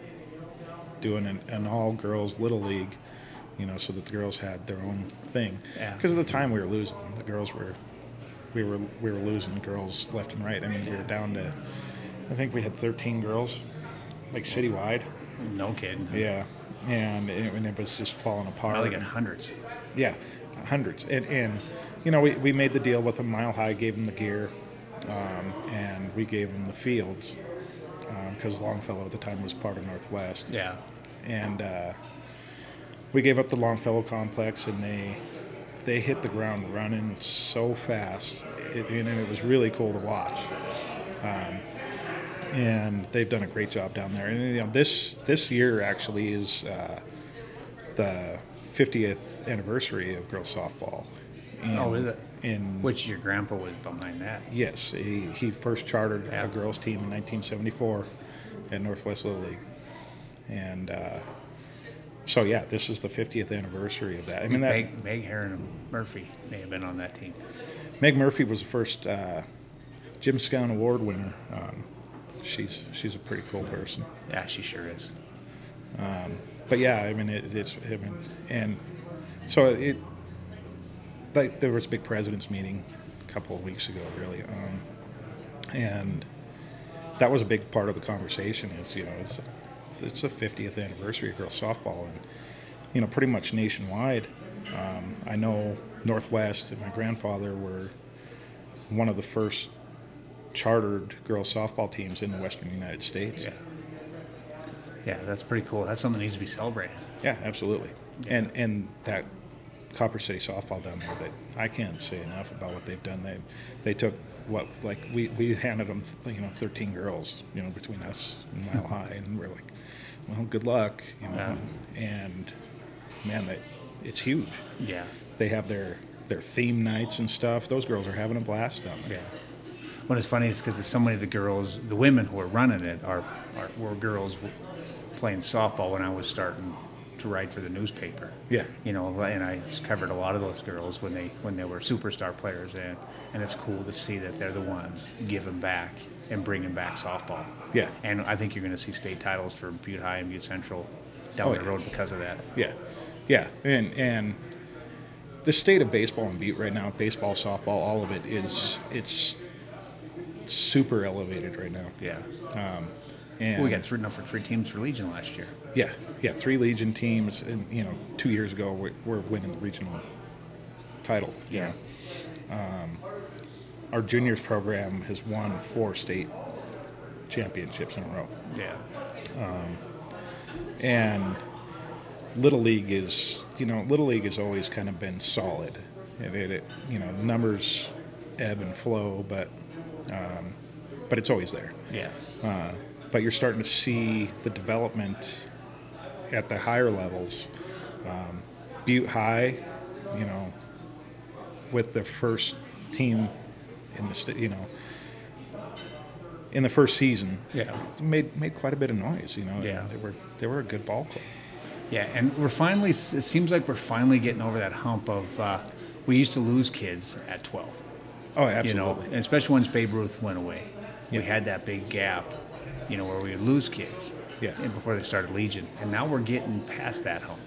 Speaker 8: doing an, an all girls little league, you know, so that the girls had their own thing.
Speaker 4: Yeah.
Speaker 8: Because at the time we were losing, the girls were, we were we were losing girls left and right. I mean, we were down to, I think we had 13 girls, like citywide.
Speaker 4: No kidding.
Speaker 8: Yeah, and it, and it was just falling apart.
Speaker 4: Now they got hundreds.
Speaker 8: Yeah, hundreds. And, and you know, we, we made the deal with them. Mile High gave them the gear, um, and we gave them the fields because Longfellow at the time was part of Northwest.
Speaker 4: Yeah.
Speaker 8: And uh, we gave up the Longfellow complex, and they they hit the ground running so fast, it, and it was really cool to watch. Um, and they've done a great job down there. And you know, this this year actually is uh, the 50th anniversary of girls softball.
Speaker 4: oh, is it?
Speaker 8: In
Speaker 4: which your grandpa was behind that.
Speaker 8: Yes, he, he first chartered a girls team in 1974 at Northwest Little League, and uh, so yeah, this is the 50th anniversary of that. I mean, that Meg,
Speaker 4: Meg, Meg Heron and Murphy may have been on that team.
Speaker 8: Murphy was the first uh, Jim Scown Award winner. Um, she's she's a pretty cool person.
Speaker 4: Yeah, she sure is.
Speaker 8: Um, but yeah, I mean, it, it's I mean, and so it like there was a big presidents meeting a couple of weeks ago, really, um, and that was a big part of the conversation. Is you know, it's it's the 50th anniversary of girls softball, and you know, pretty much nationwide. Um, I know Northwest and my grandfather were one of the first chartered girls softball teams in the Western United States.
Speaker 4: Yeah. Yeah, that's pretty cool. That's something that needs to be celebrated.
Speaker 8: Yeah, absolutely. And and that Copper City softball down there, that I can't say enough about what they've done. They they took what like we, we handed them you know 13 girls you know between us and Mile High, and we're like, well, good luck, you know.
Speaker 4: Yeah.
Speaker 8: And man, that it's huge.
Speaker 4: Yeah.
Speaker 8: They have their their theme nights and stuff. Those girls are having a blast down there.
Speaker 4: Yeah. What is funny is because so many of the girls, the women who are running it, are, are were girls w- playing softball when I was starting to write for the newspaper.
Speaker 8: Yeah.
Speaker 4: You know, and I just covered a lot of those girls when they when they were superstar players, and and it's cool to see that they're the ones giving back and bringing back softball.
Speaker 8: Yeah.
Speaker 4: And I think you're going to see state titles for Butte High and Butte Central down
Speaker 8: Oh,
Speaker 4: the
Speaker 8: yeah.
Speaker 4: road because of that.
Speaker 8: Yeah, yeah, and and the state of baseball and beat right now, baseball, softball, all of it is it's super elevated right now.
Speaker 4: Yeah.
Speaker 8: Um, and
Speaker 4: we got three, enough for three teams for Legion last year.
Speaker 8: yeah, yeah, three Legion teams, and you know, two years ago we we're winning the regional title. you
Speaker 4: Yeah.
Speaker 8: know. Um, our juniors program has won four state championships in a row.
Speaker 4: Yeah.
Speaker 8: Um, and little league is, you know, little league has always kind of been solid. It, it, it you know, numbers ebb and flow, but um, but it's always there.
Speaker 4: Yeah.
Speaker 8: Uh, but you're starting to see the development at the higher levels. Um, Butte High, you know, with the first team in the sta- you know in the first season,
Speaker 4: Yeah.
Speaker 8: made made quite a bit of noise. You know,
Speaker 4: Yeah.
Speaker 8: they were they were a good ball club.
Speaker 4: Yeah, and we're finally, it seems like we're finally getting over that hump of uh, we used to lose kids at 12.
Speaker 8: Oh,
Speaker 4: You
Speaker 8: absolutely.
Speaker 4: know, and especially once Babe Ruth went away. We
Speaker 8: Yeah.
Speaker 4: had that big gap, you know, where we would lose kids
Speaker 8: Yeah.
Speaker 4: and before they started Legion. And now we're getting past that hump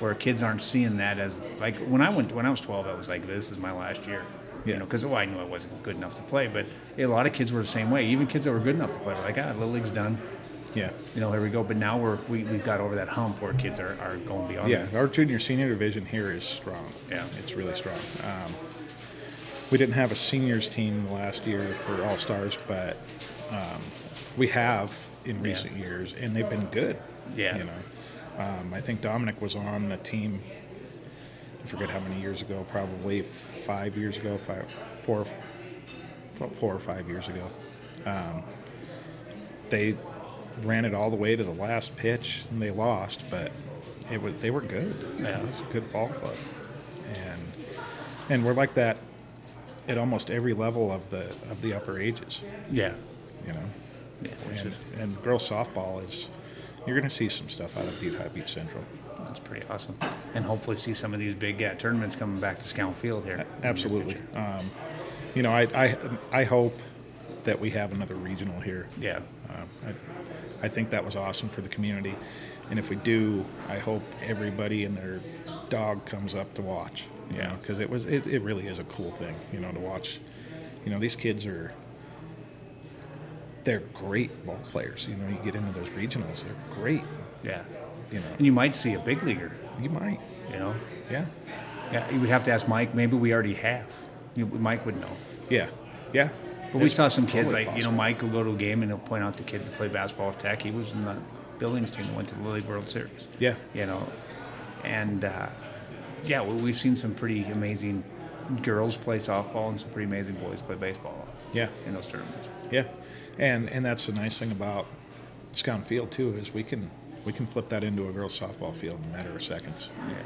Speaker 4: where kids aren't seeing that as, like, when I went, when I was 12, I was like, this is my last year. You
Speaker 8: Yeah.
Speaker 4: know, because well, I knew I wasn't good enough to play, but a lot of kids were the same way. Even kids that were good enough to play were like, ah, Little League's done.
Speaker 8: Yeah.
Speaker 4: You know, here we go. But now we're, we, we've got over that hump where kids are, are going beyond
Speaker 8: Yeah,
Speaker 4: that.
Speaker 8: our junior senior division here is strong.
Speaker 4: Yeah.
Speaker 8: it's really strong. Um, we didn't have a seniors team last year for All Stars, but um, we have in
Speaker 4: Yeah.
Speaker 8: recent years, and they've been good.
Speaker 4: Yeah.
Speaker 8: you know, um, I think Dominic was on a team. I forget how many years ago, probably five years ago, five, four, four, four or five years ago. Um, they ran it all the way to the last pitch and they lost, but it was they were good.
Speaker 4: Yeah.
Speaker 8: It was a good ball club, and and we're like that at almost every level of the of the upper ages.
Speaker 4: Yeah.
Speaker 8: You know,
Speaker 4: Yeah, which
Speaker 8: and,
Speaker 4: is-
Speaker 8: and girls softball is you're going to see some stuff out of Butte High Beach Central.
Speaker 4: That's pretty awesome. And hopefully see some of these big uh, tournaments coming back to Scout Field here.
Speaker 8: Absolutely. Um, you know, I, I I hope that we have another regional here.
Speaker 4: Yeah.
Speaker 8: Um, I, I think that was awesome for the community, and if we do, I hope everybody and their dog comes up to watch. You
Speaker 4: Yeah.
Speaker 8: Because it was it, it really is a cool thing, you know, to watch. You know, these kids are they're great ball players. You know, you get into those regionals, they're great.
Speaker 4: Yeah.
Speaker 8: You know,
Speaker 4: And you might see a big leaguer.
Speaker 8: you might.
Speaker 4: You know.
Speaker 8: Yeah.
Speaker 4: Yeah. You would have to ask Mike. Maybe we already have. You know, Mike would know.
Speaker 8: Yeah. Yeah.
Speaker 4: But we saw some kids
Speaker 8: Totally
Speaker 4: like you know
Speaker 8: possible.
Speaker 4: Mike will go to a game and he'll point out the kid that played basketball with Tech. He was in the Billings team that went to the Little League World Series.
Speaker 8: Yeah.
Speaker 4: You know, and uh, yeah, well, we've seen some pretty amazing girls play softball and some pretty amazing boys play baseball.
Speaker 8: Yeah.
Speaker 4: In those tournaments.
Speaker 8: Yeah, and and that's the nice thing about Scott Field too is we can we can flip that into a girls softball field in a matter of seconds.
Speaker 4: Yeah.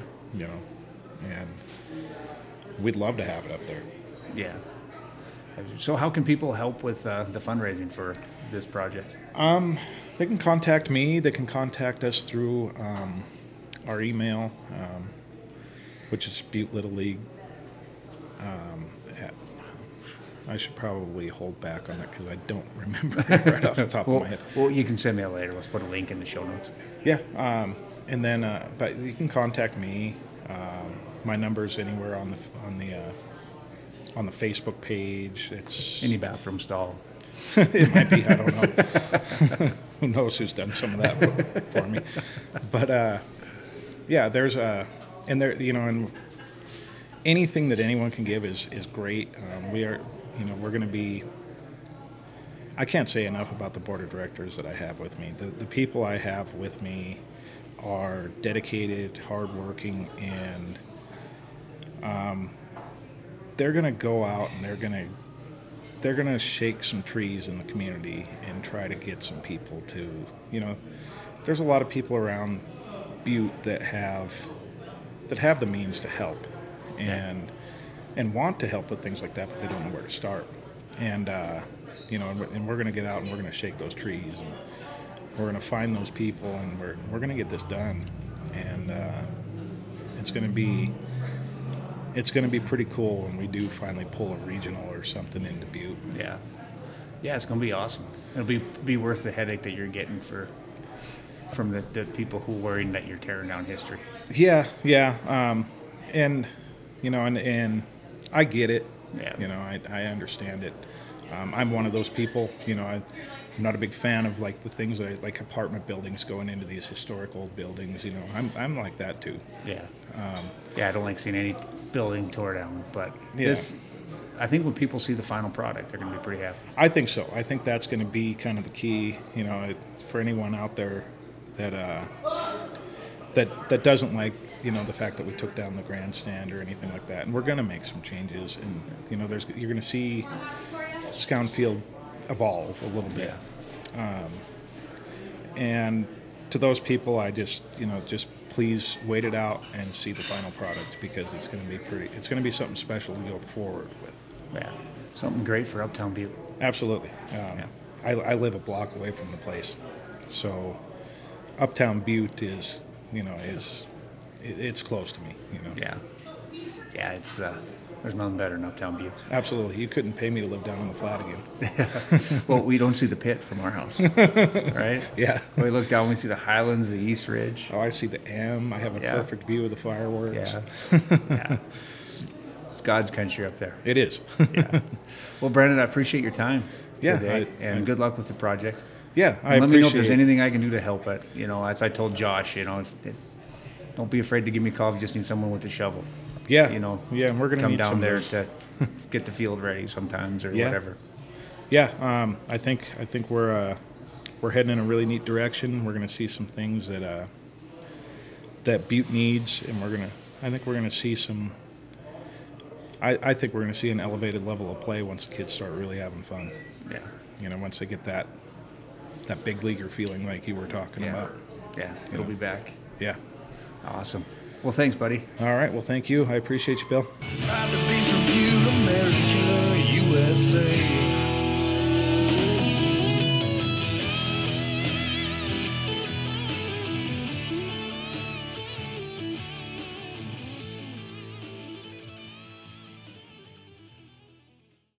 Speaker 8: You know, and we'd love to have it up there.
Speaker 4: Yeah. So how can people help with uh, the fundraising for this project?
Speaker 8: Um, they can contact me. They can contact us through um, our email, um, which is Butte Little League um, at I should probably hold back on that because I don't remember right off the top
Speaker 4: well,
Speaker 8: of my head.
Speaker 4: Well, you can send me that later. Let's put a link in the show notes.
Speaker 8: Yeah, um, and then uh, but you can contact me. Um, my number's anywhere on the on the uh, on the Facebook page. It's
Speaker 4: any bathroom stall.
Speaker 8: <laughs> it might be. I don't know. <laughs> Who knows who's done some of that for, for me? But uh, yeah, there's a and there you know and anything that anyone can give is is great. Um, we are you know we're going to be I can't say enough about the board of directors that I have with me. The, the people I have with me are dedicated, hardworking, and um, they're going to go out and they're going to they're going to shake some trees in the community and try to get some people to you know there's a lot of people around Butte that have that have the means to help and and want to help with things like that, but they don't know where to start. And uh, you know, and we're, and we're going to get out and we're going to shake those trees and we're going to find those people and we're we're going to get this done. And uh, it's going to be it's going to be pretty cool when we do finally pull a regional or something into Butte.
Speaker 4: Yeah, yeah, it's gonna be awesome. It'll be be worth the headache that you're getting for from the, the people who worrying that you're tearing down history.
Speaker 8: Yeah, yeah, um, and you know, and and I get it.
Speaker 4: Yeah.
Speaker 8: You know, I I understand it. Um, I'm one of those people. You know, I, I'm not a big fan of like the things that I, like apartment buildings going into these historic old buildings. You know, I'm I'm like that too.
Speaker 4: Yeah.
Speaker 8: Um,
Speaker 4: yeah, I don't like seeing any building tore down, but
Speaker 8: Yeah.
Speaker 4: this, I think when people see the final product, they're going to be pretty happy.
Speaker 8: I think so. I think that's going to be kind of the key, you know, it- for anyone out there that uh, that that doesn't like, you know, the fact that we took down the grandstand or anything like that. And we're going to make some changes, and you know, there's you're going to see Scoundfield evolve a little bit. Um, and to those people, I just, you know, just please wait it out and see the final product because it's going to be pretty. It's going to be something special to go forward with.
Speaker 4: Yeah, something great for Uptown Butte.
Speaker 8: Absolutely. Um, I, I live a block away from the place, so Uptown Butte is, you know, is it, it's close to me. You know.
Speaker 4: Yeah. Yeah, it's uh, there's nothing better than Uptown Butte.
Speaker 8: Absolutely. You couldn't pay me to live down on the flat again.
Speaker 4: <laughs> well, we don't see the pit from
Speaker 8: <laughs>
Speaker 4: our house, right?
Speaker 8: Yeah.
Speaker 4: We look down, we see the Highlands, the East Ridge.
Speaker 8: Oh, I see the M. I have a
Speaker 4: Yeah.
Speaker 8: perfect view of the fireworks. <laughs>
Speaker 4: Yeah. yeah. It's, it's God's country up there.
Speaker 8: It is. <laughs>
Speaker 4: yeah. Well, Brandon, I appreciate your time
Speaker 8: Yeah,
Speaker 4: today,
Speaker 8: I-
Speaker 4: and good luck with the project.
Speaker 8: Yeah, I
Speaker 4: And let me know if there's
Speaker 8: appreciate it.
Speaker 4: anything I can do to help it. You know, as I told Josh, you know, if- don't be afraid to give me a call if you just need someone with a shovel.
Speaker 8: Yeah.
Speaker 4: You know,
Speaker 8: Yeah, and we're gonna
Speaker 4: come
Speaker 8: need
Speaker 4: down
Speaker 8: some of
Speaker 4: there
Speaker 8: those.
Speaker 4: to get the field ready sometimes or
Speaker 8: Yeah.
Speaker 4: whatever.
Speaker 8: Yeah, um, I think I think we're uh, we're heading in a really neat direction. We're going to see some things that uh, that Butte needs, and we're gonna. I think we're going to see some. I, I think we're going to see an elevated level of play once the kids start really having fun.
Speaker 4: Yeah.
Speaker 8: You know, once they get that that big leaguer feeling like you were talking
Speaker 4: Yeah.
Speaker 8: about.
Speaker 4: Yeah,
Speaker 8: You
Speaker 4: it'll
Speaker 8: know.
Speaker 4: be back.
Speaker 8: Yeah.
Speaker 4: Awesome. Well, thanks, buddy.
Speaker 8: All right. Well, thank you. I appreciate you, Bill.
Speaker 7: Butte, America.